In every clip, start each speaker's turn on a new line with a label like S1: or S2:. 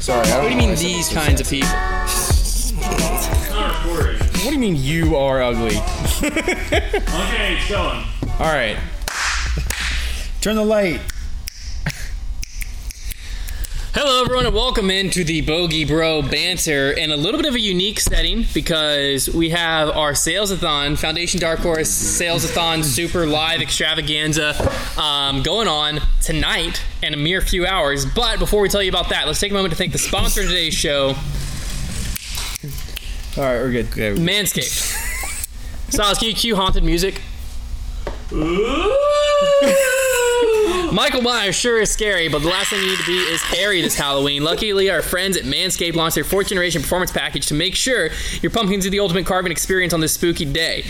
S1: Sorry, I don't
S2: What do you
S1: know why
S2: mean
S1: I said
S2: these
S1: pussy.
S2: kinds of people?
S3: It's not recording.
S2: What do you mean you are ugly?
S3: Okay, it's going.
S2: All right.
S4: Turn the light.
S2: Hello, everyone, and welcome into the Bogey Bro banter in a little bit of a unique setting because we have our Salesathon, Foundation Dark Horse Salesathon Super Live Extravaganza um, going on tonight in a mere few hours. But before we tell you about that, let's take a moment to thank the sponsor of today's show,
S4: All right, we're good. Okay.
S2: Manscaped. Silas, can you cue haunted music? Michael Myers sure is scary, but the last thing you need to be is hairy this Halloween. Luckily, our friends at Manscaped launched their fourth generation performance package to make sure your pumpkins do the ultimate carving experience on this spooky day.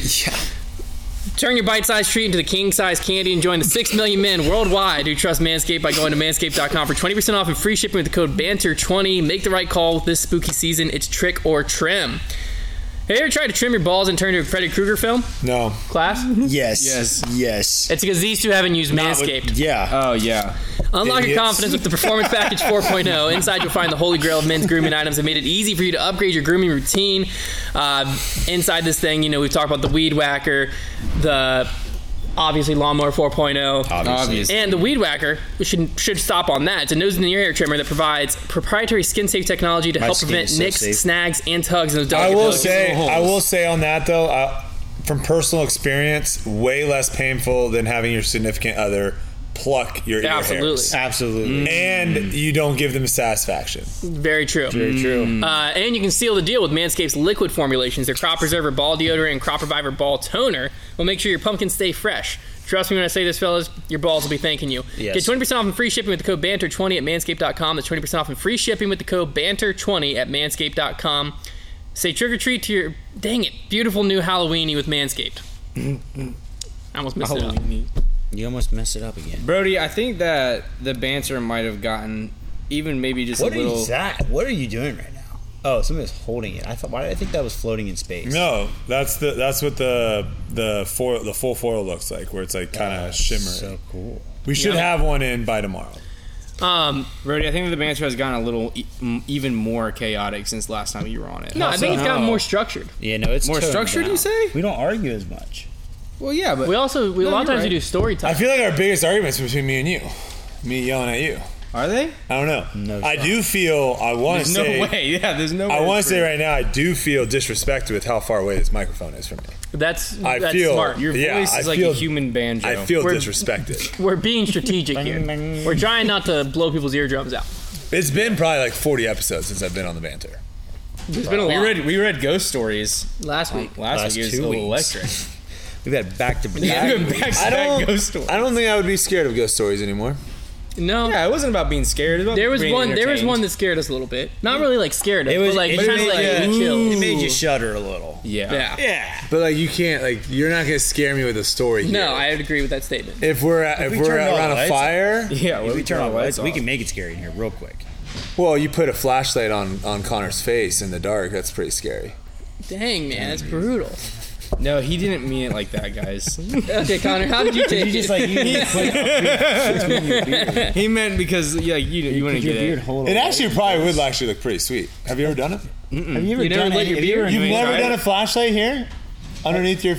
S2: Turn your bite-sized treat into the king-sized candy and join the 6 million men worldwide who trust Manscaped by going to manscaped.com for 20% off and free shipping with the code BANTER20. Make the right call this spooky season. It's trick or trim. Have you ever tried to trim your balls and turn to a Freddy Krueger film?
S1: No.
S2: Class?
S4: Yes.
S1: Yes.
S4: Yes.
S2: It's because these two haven't used Manscaped.
S4: Yeah.
S1: Oh yeah.
S2: Unlock your
S1: Idiots.
S2: confidence with the Performance Package 4.0. Inside, you'll find the holy grail of men's grooming items that made it easy for you to upgrade your grooming routine. Uh, inside this thing, you know, we've talked about the weed whacker, the obviously lawnmower 4.0.
S1: Obvious.
S2: And the Weed Whacker we should should stop on that. It's a nose and ear hair trimmer that provides proprietary skin safe technology to help
S4: skin
S2: prevent
S4: is so
S2: nicks,
S4: safe.
S2: snags, and tugs in those
S5: I
S2: delicate
S5: will
S2: pillowcases.
S5: say,
S1: little holes.
S5: I will say on that though, uh, from personal experience, way less painful than having your significant other pluck your ear
S2: Absolutely.
S5: hairs.
S4: Absolutely.
S5: And you don't give them satisfaction.
S2: Very true.
S4: Very true.
S2: Uh, and you can seal the deal with Manscaped's liquid formulations, their Crop Preserver Ball Deodorant and Crop Reviver Ball Toner will make sure your pumpkins stay fresh. Trust me when I say this, fellas, your balls will be thanking you.
S4: Yes.
S2: Get 20% off and free shipping with the code BANTER20 at manscaped.com. That's 20% off and free shipping with the code BANTER20 at manscaped.com. Say trick or treat to your, dang it, beautiful new Halloweeny with Manscaped. I almost missed it up.
S4: You almost messed it up again.
S1: Brody, I think that the banter might have gotten even maybe just
S4: What
S1: a
S4: is
S1: little.
S4: that? What are you doing right now? Oh, somebody's holding it. I thought. Why did I think that was floating in space?
S5: No, that's the that's what the the foil, the full foil looks like, where it's like kind of shimmering.
S4: So cool.
S5: we should
S2: Yeah.
S5: have one in by tomorrow.
S2: Um,
S1: Brody, I think the banter has gotten a little e- m- even more chaotic since last time you were on it.
S2: no, I think it's gotten
S4: no.
S2: more structured.
S4: Yeah. No. It's
S1: More
S4: toned
S1: structured,
S4: down.
S1: you say?
S4: We don't argue as much.
S1: Well, yeah, but
S2: We also, we, a
S1: No,
S2: lot of
S1: you're
S2: times we
S1: right.
S2: do story time.
S5: I feel like our biggest arguments between me and you, me yelling at you.
S1: are they?
S5: I don't know.
S4: No
S5: I
S4: shot.
S5: do feel I want to
S1: There's no
S5: say.
S1: way. Yeah, there's no.
S5: I
S1: way
S5: want
S1: it's
S5: to say
S1: true.
S5: right now, I do feel disrespected with how far away this microphone is from me.
S2: that's,
S5: I
S2: that's
S5: feel
S2: smart.
S1: Your voice
S5: Yeah,
S1: is
S5: I
S1: like
S5: feel-
S1: a human banjo.
S5: I feel
S2: We're-
S5: disrespected.
S2: We're being strategic here. We're trying not to blow people's eardrums out.
S5: It's been probably like 40 episodes since I've been on the banter.
S2: There's been a
S1: we
S2: lot
S1: read we read ghost stories
S2: last week.
S1: last,
S4: Last
S1: week. It was
S4: two
S1: a little
S4: weeks.
S1: electric.
S4: We've had back to back.
S5: I
S1: Back-to-back
S5: don't,
S1: ghost stories.
S5: I don't think I would be scared of ghost stories anymore.
S2: No,
S1: Yeah, it wasn't about being scared. It was about
S2: there was
S1: being
S2: one. There was
S1: entertained.
S2: one that scared us a little bit. Not really like scared us,
S4: It was
S2: but like
S4: it
S2: kind of
S4: made
S2: like
S4: you-
S2: chill.
S4: It made you shudder a little.
S1: Yeah.
S2: Yeah.
S4: Yeah.
S5: But like, you can't like, you're not gonna scare me with a story.
S2: No, I would agree with that statement.
S5: If we're at, if,
S4: we
S5: we're
S4: turned all
S5: around
S4: the
S5: a
S4: lights
S5: fire,
S1: Yeah.
S4: If we turn on lights, we
S1: off.
S4: can make it scary in here real quick.
S5: well, you put a flashlight on on Connor's face in the dark. That's pretty scary.
S2: Dang man, that's brutal.
S1: No, he didn't mean it like that, guys.
S2: Okay, Connor, how did you take
S4: You just
S2: it?
S4: like you need to put between your beard.
S1: he meant because yeah, you you wouldn't
S4: your
S1: get
S4: beard
S1: it.
S4: hold
S5: It actually probably would actually look pretty sweet. Have you ever done it?
S4: Have you ever
S2: You never
S4: done
S2: let
S4: any-
S2: your
S4: have you ever-
S2: beard-
S4: you
S1: You've never done
S5: a flashlight here, underneath your.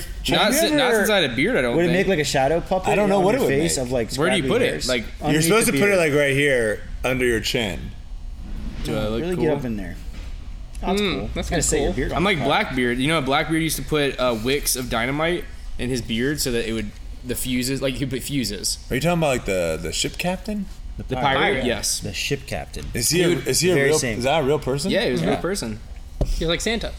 S4: Have
S1: Not,
S4: you
S1: si- not
S4: ever-
S1: since I had a beard, I don't
S4: Would it
S1: think.
S4: make like a shadow puppet?
S5: I don't know
S4: on
S5: what
S4: your
S5: it would
S4: face
S5: make.
S4: of like.
S1: Where do you
S4: scraggly
S1: put it?
S4: hairs?
S1: Like,
S5: You're
S4: Underneath
S5: supposed
S4: the
S5: to put it
S4: beard.
S5: like right here under your chin.
S1: Do I look
S4: really
S1: cool?
S4: get up in there. Oh, that's cool.
S2: that's
S4: I
S2: kinda
S4: was gonna say
S2: cool.
S4: your beard.
S1: I'm like Blackbeard. You know, Blackbeard used to put uh, wicks of dynamite in his beard so that it would the fuses like he put fuses.
S5: Are you talking about like the the ship captain?
S1: The pirate,
S4: pirate.
S1: yes.
S4: the ship captain.
S5: Is he? A,
S1: Dude,
S5: is he a
S4: very
S5: real?
S4: same.
S5: Is that a real person?
S1: Yeah, he was a real
S4: Yeah.
S1: person.
S2: You're like Santa.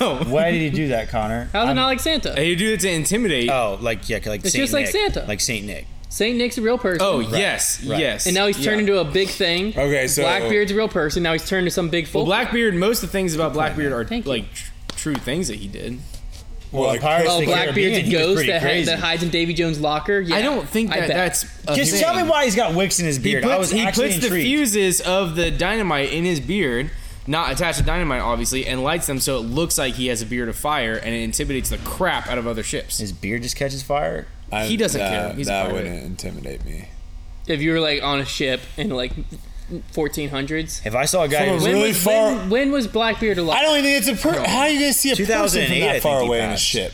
S1: no.
S4: Why did he do that, Connor?
S2: How's it
S4: I'm-
S2: not like Santa?
S1: He do it to intimidate.
S4: Oh, like yeah, like Saint
S2: just like
S4: Nick.
S2: Santa.
S4: like Saint Nick.
S2: Saint Nick's a real person.
S1: oh yes,
S4: right.
S1: yes.
S2: And now he's
S1: yeah.
S2: turned into a big thing.
S5: Okay, so-
S2: Blackbeard's a real person. Now he's turned to some big
S1: Well,
S2: fool.
S1: Blackbeard. Most of the things about Blackbeard are
S2: Thank you.
S1: like tr- true things that he did.
S5: Well, like,
S4: Pirates
S2: oh,
S4: of the
S2: Blackbeard's
S4: Caribbean,
S2: a
S4: he was
S2: ghost
S4: pretty
S2: that, hi-
S4: crazy.
S2: that hides in Davy Jones' locker. Yeah,
S1: I don't think
S2: I
S1: that
S2: bet.
S1: that's. a
S4: Just
S1: thing.
S4: tell me why he's got wicks in his
S1: He
S4: beard. I
S1: puts,
S4: was
S1: he
S4: actually
S1: puts the
S4: intrigued.
S1: fuses of the dynamite in his beard, not attached to dynamite, obviously, and lights them so it looks like he has a beard of fire, and it intimidates the crap out of other ships.
S4: His beard just catches fire.
S5: I-
S1: he doesn't
S5: that,
S1: care. He's a
S5: that
S1: pirate.
S5: wouldn't intimidate me.
S2: if you were like on a ship and like 1400s.
S4: If I saw a guy who was
S5: From
S2: When
S5: Really
S2: was,
S5: far-
S2: When, when was Blackbeard alive?
S5: I don't even think it's a. Per- how are you going to see a person
S4: 2008,
S5: from
S4: I
S5: that
S4: think
S5: far
S4: he
S5: away in a
S4: passed.
S5: ship?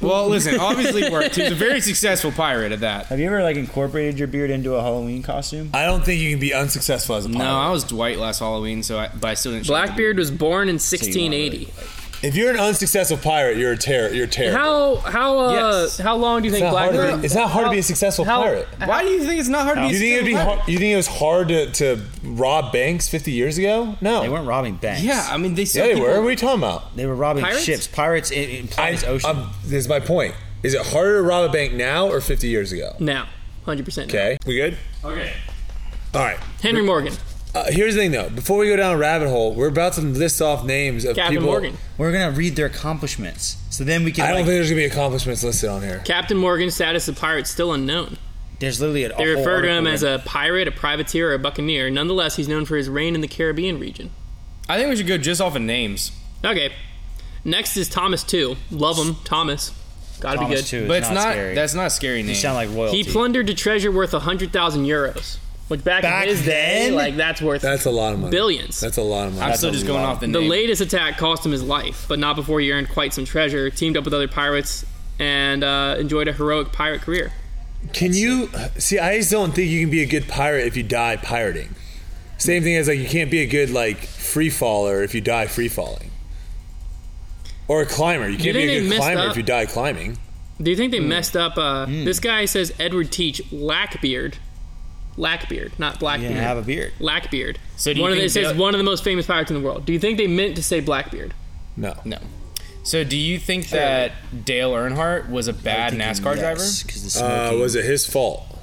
S1: Well, listen, obviously it worked. He was a very successful pirate at that.
S4: Have you ever like incorporated your beard into a Halloween costume?
S5: I don't think you can be unsuccessful as a
S1: No,
S5: pilot.
S1: I was Dwight last Halloween, so I, but I still didn't. show
S2: Blackbeard was born in
S4: you want really-
S2: 1680.
S5: If you're an unsuccessful pirate, you're a terror. You're a terror.
S2: How how uh,
S1: Yes.
S2: how long do you
S5: it's,
S2: think
S5: not hard to
S2: Blackbeard?
S5: be, it's not hard to be a successful
S2: how-
S5: pirate.
S1: the- Why do you think it's not hard to be?
S5: You think it'd be?
S1: successful pirate?
S5: Hard, you think it was hard to, to rob banks 50 years ago? No.
S4: They weren't robbing banks.
S1: Yeah, I mean they.
S5: Yeah,
S1: sell
S5: they
S1: people-
S5: were. What are you talking about?
S4: They were robbing
S2: Pirates?
S4: ships, pirates in, in
S5: I,
S4: Plymouth ocean.
S5: I'm- this is my point. Is it harder to rob a bank now or 50 years ago?
S2: now, 100. percent
S5: Okay, we good?
S3: Okay.
S5: All right.
S2: Henry Morgan,
S5: Uh, here's the thing, though. Before we go down a rabbit hole, we're about to list off names of
S2: Captain
S5: people.
S2: Morgan,
S4: we're gonna read their accomplishments, so then we can.
S5: I don't
S4: like,
S5: think there's gonna be accomplishments listed on here.
S2: Captain Morgan status of pirate still unknown.
S4: there's literally an.
S2: They refer to him as a pirate, a privateer, or a buccaneer. Nonetheless, he's known for his reign in the Caribbean region.
S1: I think we should go just off of names,
S2: Okay, next is Thomas Two. Love him, Thomas. Gotta be good.
S4: Too,
S1: but it's not.
S4: scary.
S1: That's not a scary name.
S4: you sound like royalty.
S2: He plundered a treasure worth hundred thousand euros, which back,
S4: Back
S2: in his day,
S4: then?
S2: like that's worth
S5: That's a lot of money.
S2: billions.
S5: That's a lot of money.
S1: I'm still just going off the
S2: The
S1: name.
S2: latest attack cost him his life, but not before he earned quite some treasure, teamed up with other pirates, and uh, enjoyed a heroic pirate career.
S5: Can you see? I just don't think you can be a good pirate if you die pirating. Same thing as like you can't be a good like free faller if you die free falling, or a climber. You
S2: think
S5: can't be
S2: they
S5: a good
S2: messed
S5: climber
S2: up?
S5: if you die climbing.
S2: Do you think they
S5: Hmm.
S2: messed up? Uh, This guy says Edward Teach Blackbeard, Blackbeard, not
S4: you
S2: Blackbeard.
S4: didn't have a beard.
S2: Blackbeard.
S1: So do you
S2: one of the,
S1: think
S2: it says
S1: they-
S2: one of the most famous pirates in the world. Do you think they meant to say Blackbeard?
S5: No.
S1: No. So, do you think that Dale Earnhardt was a bad NASCAR driver?
S4: Because the
S5: Uh,
S4: smoking-
S5: was it his fault?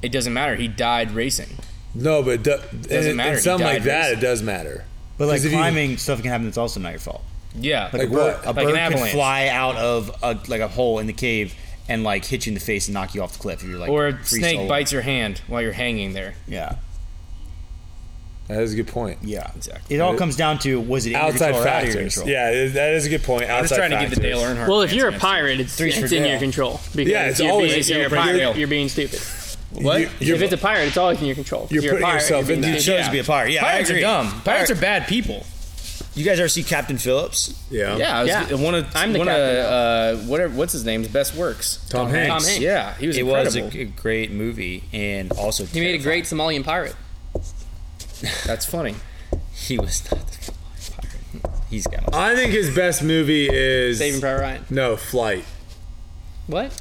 S1: It doesn't matter. He died racing.
S5: No, but do, in- in,
S1: matter, he
S5: something
S1: died
S5: like that,
S1: racing.
S5: it does matter.
S4: but like
S5: 'cause if you-
S4: climbing stuff can happen. That's also not your fault.
S1: Yeah.
S4: Like,
S5: Like
S4: a bird,
S5: what?
S4: a
S5: Like
S1: an
S4: bird can
S1: avalanche.
S4: fly out of a, like a hole in the cave and like hit you in the face and knock you off the cliff. If you're like
S1: or a
S4: free
S1: snake
S4: solo.
S1: bites your hand while you're hanging there.
S4: Yeah,
S5: That is a good point.
S4: yeah.
S1: Exactly.
S4: It all comes down to was it in your
S5: Outside
S4: control or out of your
S5: factors.
S4: control?
S5: Yeah, it is- that is a good point.
S1: I'm just
S5: Outside
S1: trying to give the Dale
S5: factors.
S1: Earnhardt.
S2: Well, if
S1: fans
S2: you're a
S1: an
S2: pirate, it's,
S4: Three's for
S2: it's in
S4: Dale.
S2: your control because
S5: Yeah, it's
S2: you're,
S5: always
S2: being,
S5: in
S2: you're,
S5: your
S2: a pirate.
S1: control.
S2: you're being stupid.
S1: What?
S5: You- you're-
S2: if it's a pirate, it's always in your control.
S5: You're
S2: a
S5: putting
S2: pirate,
S5: yourself
S2: you're
S5: in
S2: being
S5: that.
S2: stupid.
S4: chose to be a pirate. Yeah, I
S1: pirates are
S4: agree.
S1: dumb. Pirates
S4: Pirate-
S1: are bad people.
S4: You guys ever see Captain Phillips?
S5: yeah.
S1: Yeah, I was,
S2: Yeah.
S1: one of
S2: I'm the
S1: one of
S2: captain
S1: uh, whatever what's his name's best works.
S5: Tom Hanks.
S2: Tom Hanks.
S1: Yeah, he was
S4: It was
S1: incredible.
S4: a, a great movie and also
S2: He made a great Somalian pirate.
S1: That's funny.
S4: He was not the pirate. He's got.
S5: I think his best movie is
S2: Saving Private Ryan.
S5: no Flight.
S2: What?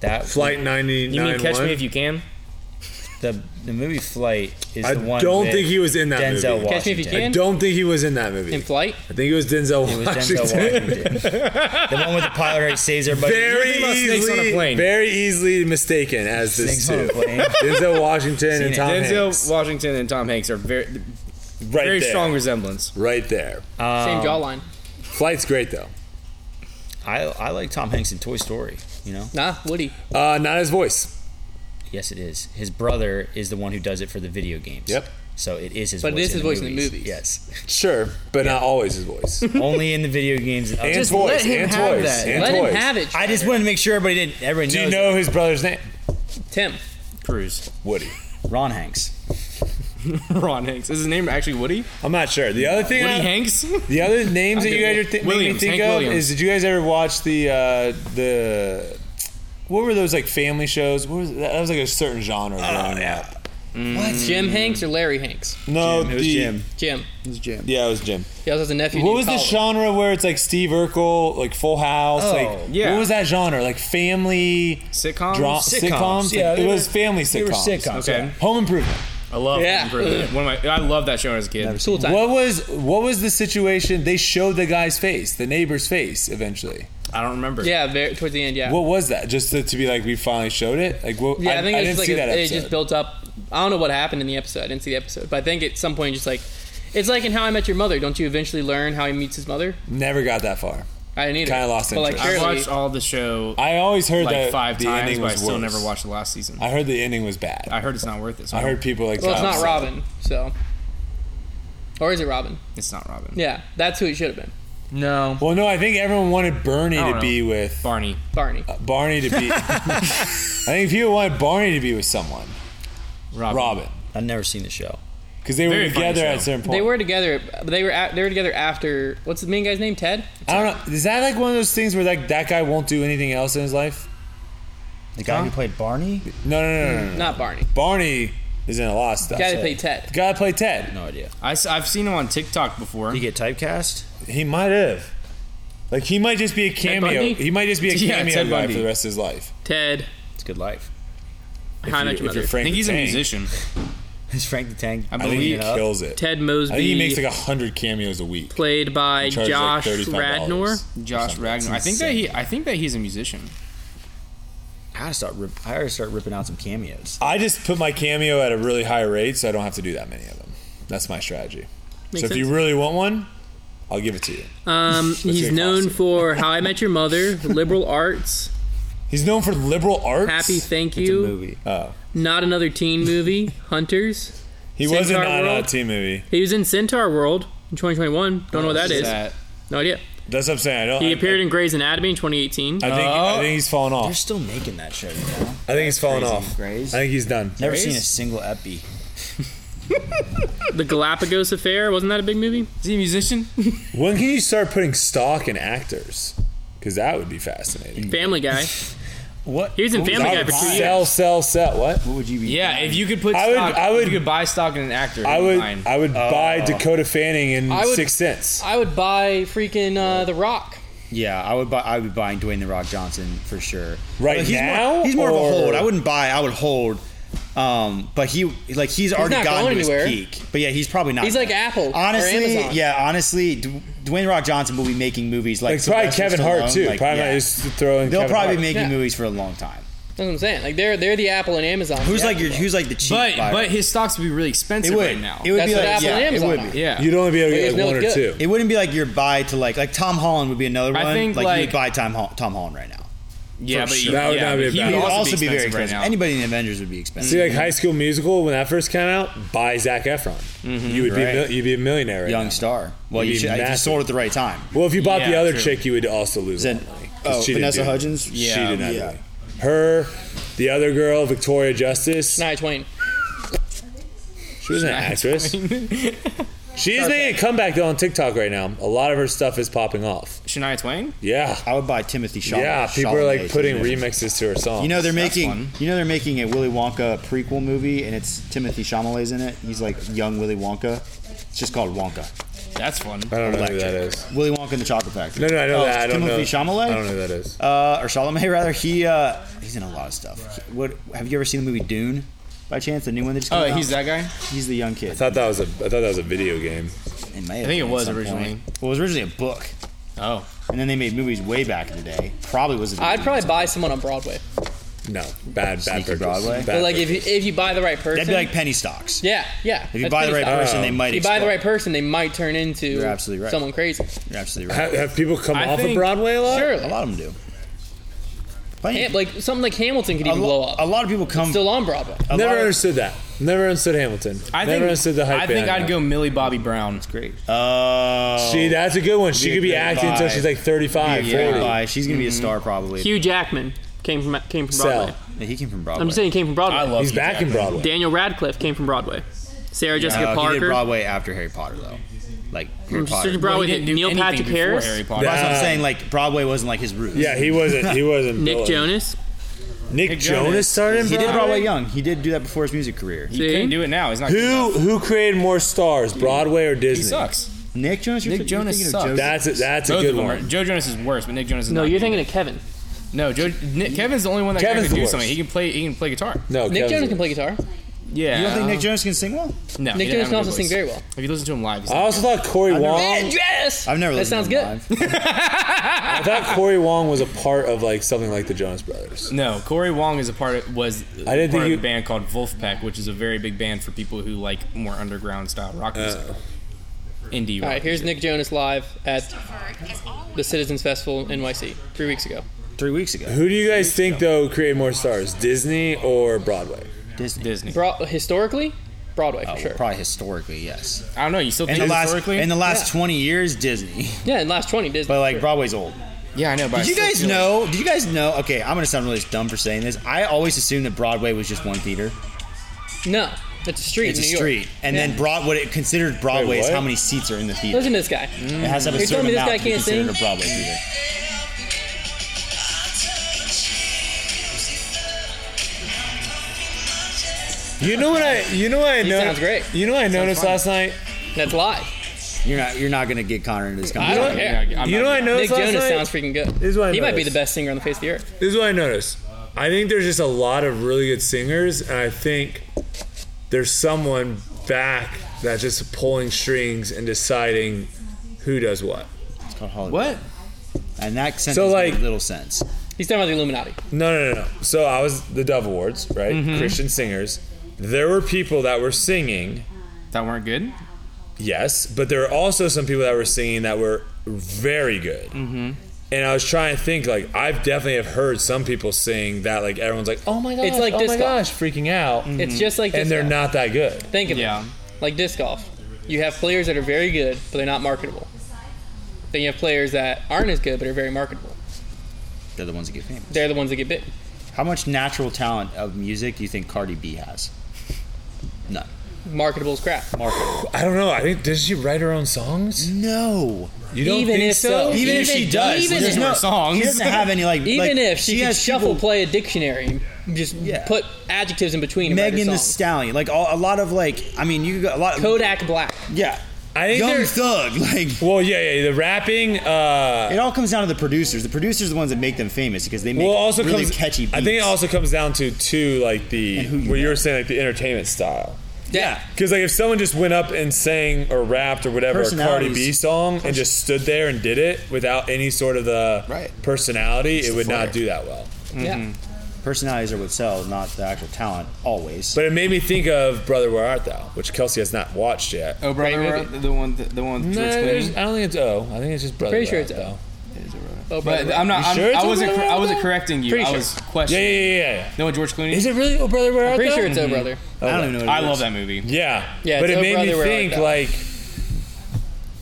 S4: That
S5: Flight ninety
S1: You mean
S5: nine.
S1: Catch Me If You Can?
S4: the the movie Flight is
S5: I
S4: the one.
S5: don't
S4: with
S5: think he was in that
S4: Denzel
S5: movie.
S4: Washington.
S2: Catch Me If You Can?
S5: I don't think he was in that movie.
S2: In flight?
S5: I think it was Denzel
S4: It was
S5: Washington.
S4: Denzel Washington. the one with the pilot who saves everybody.
S5: very
S1: You're thinking about Snakes
S5: easily,
S1: on a Plane.
S5: very easily mistaken as this
S4: Snakes on a
S5: two.
S4: Plane.
S5: Denzel Washington
S4: Seen
S5: and
S4: it.
S5: Tom
S1: Denzel
S5: Hanks.
S1: Washington and Tom Hanks are very
S5: Right
S1: very
S5: there.
S1: strong resemblance.
S5: Right there. Um,
S2: Same jawline.
S5: Flight's great though.
S4: I I like Tom Hanks in Toy Story. You know.
S2: Nah, Woody.
S5: Uh, not his voice.
S4: Yes, it is. His brother is the one who does it for the video games.
S5: Yep.
S4: So it is his.
S2: But it
S4: voice
S2: is his
S4: in
S2: voice
S4: the
S2: in the
S4: movies.
S2: movies.
S4: Yes.
S5: Sure, but not always his voice.
S4: Only in the video games. and other-
S5: And
S1: Just
S5: toys.
S1: let him
S5: and
S1: have
S5: toys.
S1: that.
S5: And
S2: Let
S5: toys.
S2: him have it.
S4: I just wanted to make sure everybody didn't. Everybody
S5: Do you
S4: knows
S5: know his brother's name?
S2: Tim.
S1: Cruise.
S5: Woody.
S4: that. Ron Hanks.
S1: Ron Hanks. Is his name actually Woody?
S5: I'm not sure. The other thing,
S1: Woody
S5: I,
S1: Hanks?
S5: the other names that you guys are thi- making me
S1: Williams,
S5: think
S1: Hank
S5: of
S1: Williams.
S5: is did you guys ever watch the uh, the what were those like family shows? What was that was like a certain genre. Oh yeah,
S2: Jim Hanks or Larry Hanks?
S5: no,
S4: Jim, it
S5: the,
S4: was Jim.
S2: Jim.
S5: Yeah, it was Jim.
S2: He also has a nephew.
S5: What
S2: named
S5: was the
S2: Colin.
S5: genre where it's like Steve Urkel, like Full House?
S4: Oh,
S5: like,
S1: yeah.
S5: What was that genre? Like family
S1: Sitcoms?
S5: dra-
S4: Um, Sitcoms,
S5: sitcoms.
S4: yeah,
S5: Like,
S4: they
S5: it
S4: were-
S5: was family
S4: they were
S5: sitcoms.
S4: sitcoms,
S1: Okay. yeah.
S5: Home Improvement.
S1: I love
S2: Yeah.
S1: Home Improvement. One of my I love that show as a kid.
S4: Never seen
S2: Tool time.
S5: What was what was the situation? They showed the guy's face, the neighbor's face, eventually.
S1: I don't remember.
S2: Yeah, very, towards the end, yeah.
S5: What was that? Just to, to be like, we finally showed it. Like, what,
S2: yeah,
S5: I,
S2: I, think
S5: I
S2: it
S5: didn't
S2: was just
S5: see
S2: like
S5: that
S2: a, it
S5: episode.
S2: just built up. I don't know what happened in the episode. I didn't see the episode, but I think at some point, just like it's like in How I Met Your Mother. Don't you eventually learn how he meets his mother?
S5: Never got that far.
S2: I didn't either.
S5: Kinda lost
S2: But like,
S5: interest.
S1: I
S2: surely,
S1: watched all the show
S5: I always heard
S1: like
S5: that
S1: five
S5: the
S1: times,
S5: ending
S1: but I
S5: was
S1: still
S5: worse.
S1: never watched the last season.
S5: I heard the ending was bad.
S1: I heard it's not worth it. So
S5: I heard people like.
S2: well, it's
S5: Kyle
S2: not
S5: said.
S2: Robin, so. Or is it Robin?
S1: it's not Robin.
S2: Yeah, that's who it should have been.
S1: No.
S5: Well, no, I think everyone wanted Bernie
S1: I
S5: to
S1: don't know.
S5: be with
S1: Barney.
S2: Barney.
S5: Barney to be. I think people wanted Barney to be with someone.
S1: Robin.
S5: Robin
S4: I've never seen the show.
S5: because they were
S1: Very funny
S5: together at
S1: show.
S5: a certain point.
S2: They were together. but They were at, they were together after. What's the main guy's name? Ted.
S5: I don't know. Is that like one of those things where like that guy won't do anything else in his life?
S4: The guy who played Barney?
S5: No, no, no, no, no. no.
S2: Not Barney.
S5: Barney is in a lot of stuff.
S2: The guy
S5: Guy
S2: that played Ted.
S5: Gotta play Ted.
S4: No idea.
S1: I, have seen him on TikTok before.
S4: You get typecast?
S5: He might have. Like he might just be a cameo.
S2: Bundy?
S5: He might just be a
S1: Yeah,
S5: cameo
S1: Ted
S5: guy
S1: Bundy.
S5: for the rest of his life.
S2: Ted.
S4: It's good life.
S2: How I Met
S5: If
S2: Your Mother.
S5: you're
S1: I
S5: Frank
S1: think
S5: the
S1: he's a
S5: Tank,
S1: musician.
S4: Is Frank the Tank?
S1: I
S5: I think he
S1: believe.
S4: up.
S5: kills it.
S2: Ted
S5: I
S2: Mosby.
S5: think he makes like a hundred cameos a week.
S2: played by
S5: Charges, like,
S2: Josh
S5: $35
S2: Radnor.
S1: Josh Ragnar. I think that he. I think that he's a musician.
S4: I gotta start. Rip, I gotta start ripping out some cameos.
S5: I just put my cameo at a really high rate, so I don't have to do that many of them. That's my strategy.
S2: Makes
S5: so if
S2: sense.
S5: you really want one, I'll give it to you.
S2: Um, he's
S5: your
S2: known
S5: costume?
S2: for How I Met Your Mother, Liberal Arts,
S5: He's known for liberal arts.
S2: Happy Thank
S4: It's a
S2: You,
S4: movie.
S5: Oh,
S2: Not Another Teen Movie, Hunters.
S5: he was in
S2: Centaur
S5: Not
S2: World?
S5: Out Team movie.
S2: He was in Centaur World in 2021. Don't know what that is.
S1: That-
S2: No idea.
S5: That's what I'm saying. I don't.
S2: He
S5: I-
S2: appeared in Oh. Grey's Anatomy in 2018.
S5: I think. I think he's fallen
S4: They're
S5: off.
S4: still making that show. You know?
S5: I think he's fallen
S4: Crazy.
S5: off.
S4: Grays?
S5: I think he's done.
S4: Never seen a single epi.
S2: the Galapagos Affair wasn't that a big movie?
S1: Is he a musician?
S5: When can you start putting stock in actors? Because that would be fascinating.
S2: Family Guy.
S4: What?
S2: He was in
S4: what
S2: Family
S5: I
S2: Guy
S5: would
S2: for two years.
S5: sell, sell, sell. What?
S4: What would you be?
S1: yeah. If you could put,
S5: I would-
S1: stock,
S5: I
S1: if
S5: would-
S1: You could buy stock in an actor.
S5: I
S1: who
S5: would.
S1: mine.
S5: I would
S4: Oh.
S5: buy Dakota Fanning in
S2: I would-
S5: Sixth Sense.
S2: I would buy freaking uh, The Rock.
S4: Yeah, I would buy. I would be buying Dwayne the Rock Johnson for sure.
S5: Right
S4: But he's
S5: now,
S4: more, he's more of
S5: or-
S4: a hold. I wouldn't buy. I would hold. Um, but he like he's, already
S2: not
S4: gotten
S2: going
S4: to his
S2: anywhere.
S4: peak. But yeah, he's probably not.
S2: He's like Apple or
S4: Honestly,
S2: Amazon.
S4: yeah, honestly, D- Dwayne the Rock Johnson will be making movies like,
S5: Like probably
S4: Sylvester
S5: Kevin Hart
S4: Stallone,
S5: too.
S4: like,
S5: probably
S4: yeah.
S5: not just throwing.
S4: They'll
S5: Kevin
S4: probably
S5: Hart.
S4: be making
S2: Yeah.
S4: movies for a long time.
S2: That's what I'm saying. Like they're they're the Apple and Amazon.
S4: Who's
S2: Yeah.
S4: like your who's like the cheap
S1: but
S4: buyer?
S1: but his stocks would be really expensive
S4: it would
S1: right now.
S4: it would
S2: That's
S4: be
S2: what
S4: like
S2: Apple
S4: yeah,
S2: and
S4: it
S2: Amazon
S4: would
S2: are.
S4: be.
S1: yeah.
S5: You'd only be able to
S2: Wait,
S5: get
S2: no,
S5: like one or
S2: it's
S5: two.
S2: good.
S4: It wouldn't be like your buy to like like Tom Holland would be another
S1: I
S4: one.
S1: think,
S4: like, you
S1: like-
S4: would buy Tom Hol- Tom Holland right now.
S1: yeah, but
S5: sure.
S1: yeah,
S5: That would not be
S1: but
S5: a
S1: he
S5: bad
S1: would
S5: idea.
S1: also,
S4: also be very
S1: expensive right
S4: expensive.
S1: now.
S4: Anybody in the Avengers would be expensive.
S5: See, like High School Musical when that first came out, buy Zach Efron. you would be
S4: Mm-hmm.
S5: a
S4: Right.
S5: mil- you'd be a millionaire. Right
S4: young
S5: now.
S4: star. Well,
S5: He'd
S4: you
S5: be
S4: should. If you
S5: massive.
S4: sold at the right time.
S5: Well, if you bought the
S1: Yeah,
S5: other
S1: true.
S5: chick, you would also lose.
S4: Then-
S5: a lot of money, 'cause
S4: oh,
S5: didn't
S4: Vanessa
S5: do it.
S4: Hudgens?
S5: She
S1: Yeah.
S5: did not. do
S4: Yeah.
S5: it. Her, the other girl, Victoria Justice.
S2: Shania Twain.
S5: She was an actress. She's making a comeback though on TikTok right now. A lot of her stuff is popping off.
S1: Shania Twain.
S5: Yeah,
S4: I would buy Timothy Chalamet.
S5: yeah. People are
S4: Chalamet
S5: like
S4: to
S5: putting
S4: do it.
S5: remixes to her songs.
S4: You know they're
S1: That's
S4: making.
S1: fun.
S4: You know they're making a Willy Wonka prequel movie, and it's Timothy Chalamet's in it. He's like young Willy Wonka. It's just called Wonka.
S1: That's fun.
S5: I don't know who that is.
S4: Willy Wonka and the Chocolate Factory.
S5: No, no, I know
S4: Oh,
S5: that. I don't
S4: Timothy
S5: know.
S4: Chalamet.
S5: I don't know who that is.
S4: Uh, or Chalamet rather. He uh, he's in a lot of stuff. He- what have you ever seen the movie Dune? By chance, the new one that just came
S1: Oh,
S4: out.
S1: he's that guy.
S4: He's the young kid.
S5: I thought that was a. I thought that was a video game.
S4: It may have
S1: I think it
S4: been at
S1: was
S4: some
S1: originally.
S4: point. Well, it was originally a book,
S1: Oh,
S4: and then they made movies way back in the day. Probably was. a
S2: I'd
S4: movie.
S2: probably buy someone on Broadway.
S5: No, bad, bad
S4: Sneaky
S5: purchase.
S4: Broadway?
S5: Bad
S2: But like if
S5: purchase.
S2: you if you buy the right person,
S4: That'd be like penny stocks.
S2: yeah, yeah.
S4: If you
S2: That's
S4: buy the right
S2: penny stock.
S4: person, they
S5: Oh.
S4: might.
S2: if you buy the
S4: explode.
S2: right person, they might turn into
S4: You're absolutely right.
S2: someone crazy.
S4: You're absolutely right.
S5: have, have people come
S1: I
S5: off
S1: think-
S5: of Broadway a lot?
S2: Sure,
S4: A
S2: like,
S4: lot of them do. Plenty-
S2: Ham- like something like Hamilton could
S4: a,
S2: even
S4: lo-
S2: blow up.
S4: a lot of people come.
S2: Still on Broadway.
S4: a lot
S5: Never
S4: of-
S5: understood that. Never understood Hamilton.
S1: I
S5: Never
S1: think
S5: understood the hype.
S1: I think
S5: behind
S1: I'd
S5: that.
S1: go Millie Bobby Brown.
S4: great. Oh,
S5: See, that's a good one. She
S4: Be a
S5: could be
S4: good
S5: acting until
S4: buy.
S5: she's like 35,
S1: Be a good
S5: 40.
S4: Bye. She's gonna be
S2: Mm-hmm.
S4: a star probably.
S2: Hugh Jackman came from came from
S5: Sell.
S2: Broadway.
S4: Yeah, he came from Broadway.
S2: I'm just saying, he came from Broadway.
S1: I love.
S5: He's
S1: you,
S5: back in
S1: Jack.
S5: Broadway.
S2: Daniel Radcliffe came from Broadway. Sarah
S4: No,
S2: Jessica
S4: Uh, He did
S2: Parker.
S4: Broadway after Harry Potter though. Like Harry Potter.
S2: Sarah
S4: That's
S1: Well,
S2: Broadway
S1: he
S2: hit
S1: didn't do
S2: Neil
S1: anything
S2: Patrick
S1: before
S2: Harris,
S1: Harry Potter.
S5: Yeah.
S4: what I'm
S5: Uh,
S4: saying. Like Broadway wasn't like his roots.
S5: Yeah, he wasn't. He wasn't.
S2: Nick
S5: Bill.
S2: Jonas.
S5: Nick,
S1: Nick
S5: Jonas,
S1: Jonas.
S5: started in
S4: He
S5: Broadway.
S4: did Broadway young. He did do that before his music career.
S1: He couldn't
S2: See?
S1: do it now. He's not. good enough.
S5: Who who created more stars, Broadway or Disney?
S1: He sucks.
S4: Nick Jonas. You're
S1: Nick
S4: th- you're
S1: Jonas
S4: thinking of
S1: sucks.
S4: Joseph-
S5: That's a, that's a
S1: Both
S5: good
S1: of them are.
S5: one.
S1: Joe Jonas is worse, but Nick Jonas is
S2: No,
S1: not
S2: you're
S1: good.
S2: thinking of Kevin.
S1: No, Joe, Nick, Kevin's the only one that can
S5: Kevin's
S1: actually
S5: the
S1: do
S5: worst.
S1: something. He can play. He can play guitar.
S5: No,
S2: Nick
S5: Kevin's
S2: Jonas
S5: the
S2: can play guitar.
S1: Yeah.
S4: You don't think Nick Jonas can sing well?
S1: No,
S2: Nick
S1: he
S2: Jonas
S1: doesn't
S2: can
S1: have a
S2: also
S1: good
S2: sing
S1: voice.
S2: very well.
S1: If you listen to him live, he's
S5: I also thought Corey
S4: never-
S5: Wong.
S2: Bad dress.
S4: I've never.
S2: That
S4: listened
S2: sounds
S4: to him
S2: good.
S4: live.
S5: I thought Corey Wong was a part of like something like the Jonas Brothers.
S1: No, Corey Wong is a part of was
S5: I didn't
S1: part
S5: think
S1: of
S5: you-
S1: a band called Wolfpack, which is a very big band for people who like more underground style rock
S5: Uh.
S1: music, indie
S2: All
S1: rock.
S2: right, here's Nick Jonas live at the
S6: The
S2: Citizens Festival NYC three weeks ago.
S4: Three weeks ago. Oh,
S5: Who do you guys think though created more stars, Disney or Broadway?
S4: Disney.
S1: Disney.
S2: Bro- historically, Broadway for
S4: Oh,
S2: sure.
S4: Probably historically, yes.
S1: I don't know. You still
S4: In
S1: think
S4: the last
S1: historically?
S4: in the last 20 years, Disney.
S2: yeah, in the last twenty Disney.
S4: But like Broadway's old.
S1: yeah, I know. But I
S4: Did you
S1: still
S4: guys
S1: feel like-
S4: know? Did you guys know? Okay, I'm gonna sound really dumb for saying this. I always assumed that Broadway was just one theater.
S2: No, it's a street
S4: It's a
S2: in New
S4: street,
S2: York.
S4: and then broad what it considered Broadway is
S5: what?
S4: how many seats are in the theater.
S2: Listen to this guy.
S4: It has to have a
S2: You're telling
S4: certain
S2: me this
S4: amount
S2: guy
S4: to be
S2: can't
S4: considered
S2: sing?
S4: a Broadway theater.
S5: You know what I? You know what I know?
S2: sounds great.
S5: You know what I noticed
S1: fun.
S5: last night?
S2: That's live.
S4: You're not you're not gonna get Connor into this
S2: I
S4: conversation.
S2: don't care.
S1: Yeah, I'm
S5: you know
S1: not-
S5: what I
S2: Nick
S5: noticed last
S2: Jonas
S5: night?
S2: sounds freaking good.
S5: This is what I
S2: he might be the
S5: noticed.
S2: best singer on the face of the earth.
S5: This is what I noticed. I think there's just a lot of really good singers, and I think there's someone back that's just pulling strings and deciding who does what.
S4: It's called Hollywood.
S1: What?
S4: And that sentence
S5: So,
S4: made
S5: like-
S4: little sense.
S2: He's talking about the Illuminati.
S5: No, no, no, no. So I was the Dove Awards, right? Christian singers. There were people that were singing,
S1: That weren't good.
S5: yes, but there were also some people that were singing that were very good. Mm-hmm. And I was trying to think, like, I've definitely have heard some people sing that, like, everyone's like, oh my gosh,
S2: like Mm.
S5: oh my
S2: disco.
S5: gosh, freaking out.
S2: It's just like disc
S5: And they're
S2: golf.
S5: not that good.
S2: Think of
S1: Yeah.
S2: it. Like disc golf. You have players that are very good, but they're not marketable. Then you have players that aren't as good, but are very marketable.
S4: They're the ones that get famous.
S2: They're the ones that get big.
S4: How much natural talent of music do you think Cardi B has? None.
S2: Marketable as crap.
S5: I don't know. I think does she write her own songs?
S4: No.
S5: You don't
S2: Even
S5: think
S2: if so,
S4: Even, if she does,
S2: even
S4: there's
S2: if-
S4: no
S1: songs.
S4: She doesn't have any like. like,
S2: Even if she, could
S4: has
S2: shuffle
S4: people-
S2: play a dictionary, and just
S4: Yeah.
S2: put adjectives in between. and write her
S4: Megan the
S2: songs.
S4: Stallion, like all, a lot of like. I mean, you got a lot. Of,
S2: Kodak Black.
S4: Yeah.
S5: I think
S4: Young
S5: there-
S4: Thug, like
S5: Well, yeah, yeah. The rapping. Uh,
S4: it all comes down to the producers. The producers are the ones that make them famous because they make
S5: well, also
S4: really
S5: comes.
S4: catchy. Beats.
S5: I think it also comes down to too, like the
S4: And who you
S5: what you
S4: are.
S5: were saying, like the entertainment style.
S2: Yeah.
S5: Because like if someone just went up and sang or rapped or whatever a Cardi
S4: Personalities.
S5: B song and just stood there and did it without any sort of the
S4: Right.
S5: personality, it would
S4: flair.
S5: not do that well.
S4: Mm-hmm.
S2: Yeah.
S4: personalities are what sell, not the actual talent. Always.
S5: But it made me think of Brother Where Art Thou, which Kelsey has not watched yet.
S1: Oh, brother,
S2: Great
S1: Where- the one, the one. with
S5: No,
S1: George
S5: there's-
S1: Clooney?
S5: I don't think it's O. I think it's just Brother.
S2: Pretty sure
S5: Where
S2: it's
S5: Art Thou.
S2: O. Oh,
S1: But
S2: brother.
S1: I'm not. I'm,
S5: sure it's
S1: I wasn't.
S5: over
S1: Cor-
S5: there?
S1: I wasn't correcting you.
S2: Pretty
S1: I
S2: sure.
S1: was
S5: Yeah,
S1: questioning.
S5: yeah, yeah, yeah, yeah.
S1: The one with George Clooney.
S5: Is it really Oh Brother Where Art
S2: Pretty
S5: Thou?
S2: sure it's
S1: Mm-hmm.
S2: O brother.
S4: I don't even know. What
S1: I
S4: it
S1: love
S4: is.
S1: that movie.
S5: Yeah.
S2: Yeah,
S5: But
S2: it's
S5: it
S2: Oh
S5: made
S2: Brother,
S5: me
S2: Where Art
S5: think
S2: Thou.
S5: like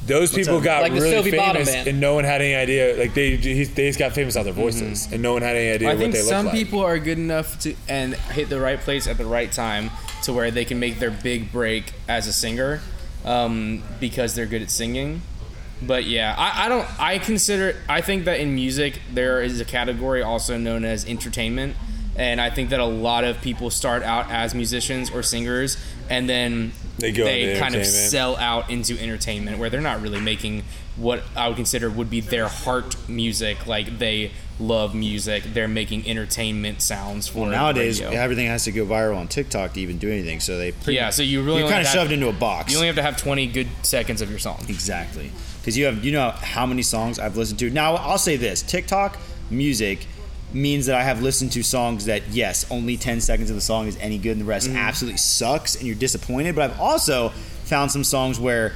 S5: those people
S4: up?
S5: got
S2: Like the
S5: really
S2: Sylvie Bottom
S5: famous,
S2: Band.
S5: and no one had any idea. Like they, he, they just got famous out their voices, and no one had any idea
S1: I
S5: what
S1: think
S5: they looked
S1: some
S5: like.
S1: people are good enough to and hit the right place at the right time to where they can make their big break as a singer um, because they're good at singing. But yeah, I, I don't. I consider. I think that in music there is a category also known as entertainment, and I think that a lot of people start out as musicians or singers, and then
S5: They go into
S1: kind of
S5: entertainment.
S1: sell out into entertainment where they're not really making what I would consider would be their heart music. Like they love music, they're making entertainment sounds for
S4: Well, nowadays
S1: radio.
S4: everything has to go viral on TikTok to even do anything. So they pretty,
S1: yeah. So you really
S4: you're
S1: only
S4: kind of
S1: have-
S4: shoved into a box.
S1: You only have to have twenty good seconds of your song.
S4: Exactly. Because you have, you know, how many songs I've listened to. Now, I'll say this TikTok music means that I have listened to songs that, yes, only 10 seconds of the song is any good and the rest
S1: Mm-hmm.
S4: absolutely sucks and you're disappointed. But I've also found some songs where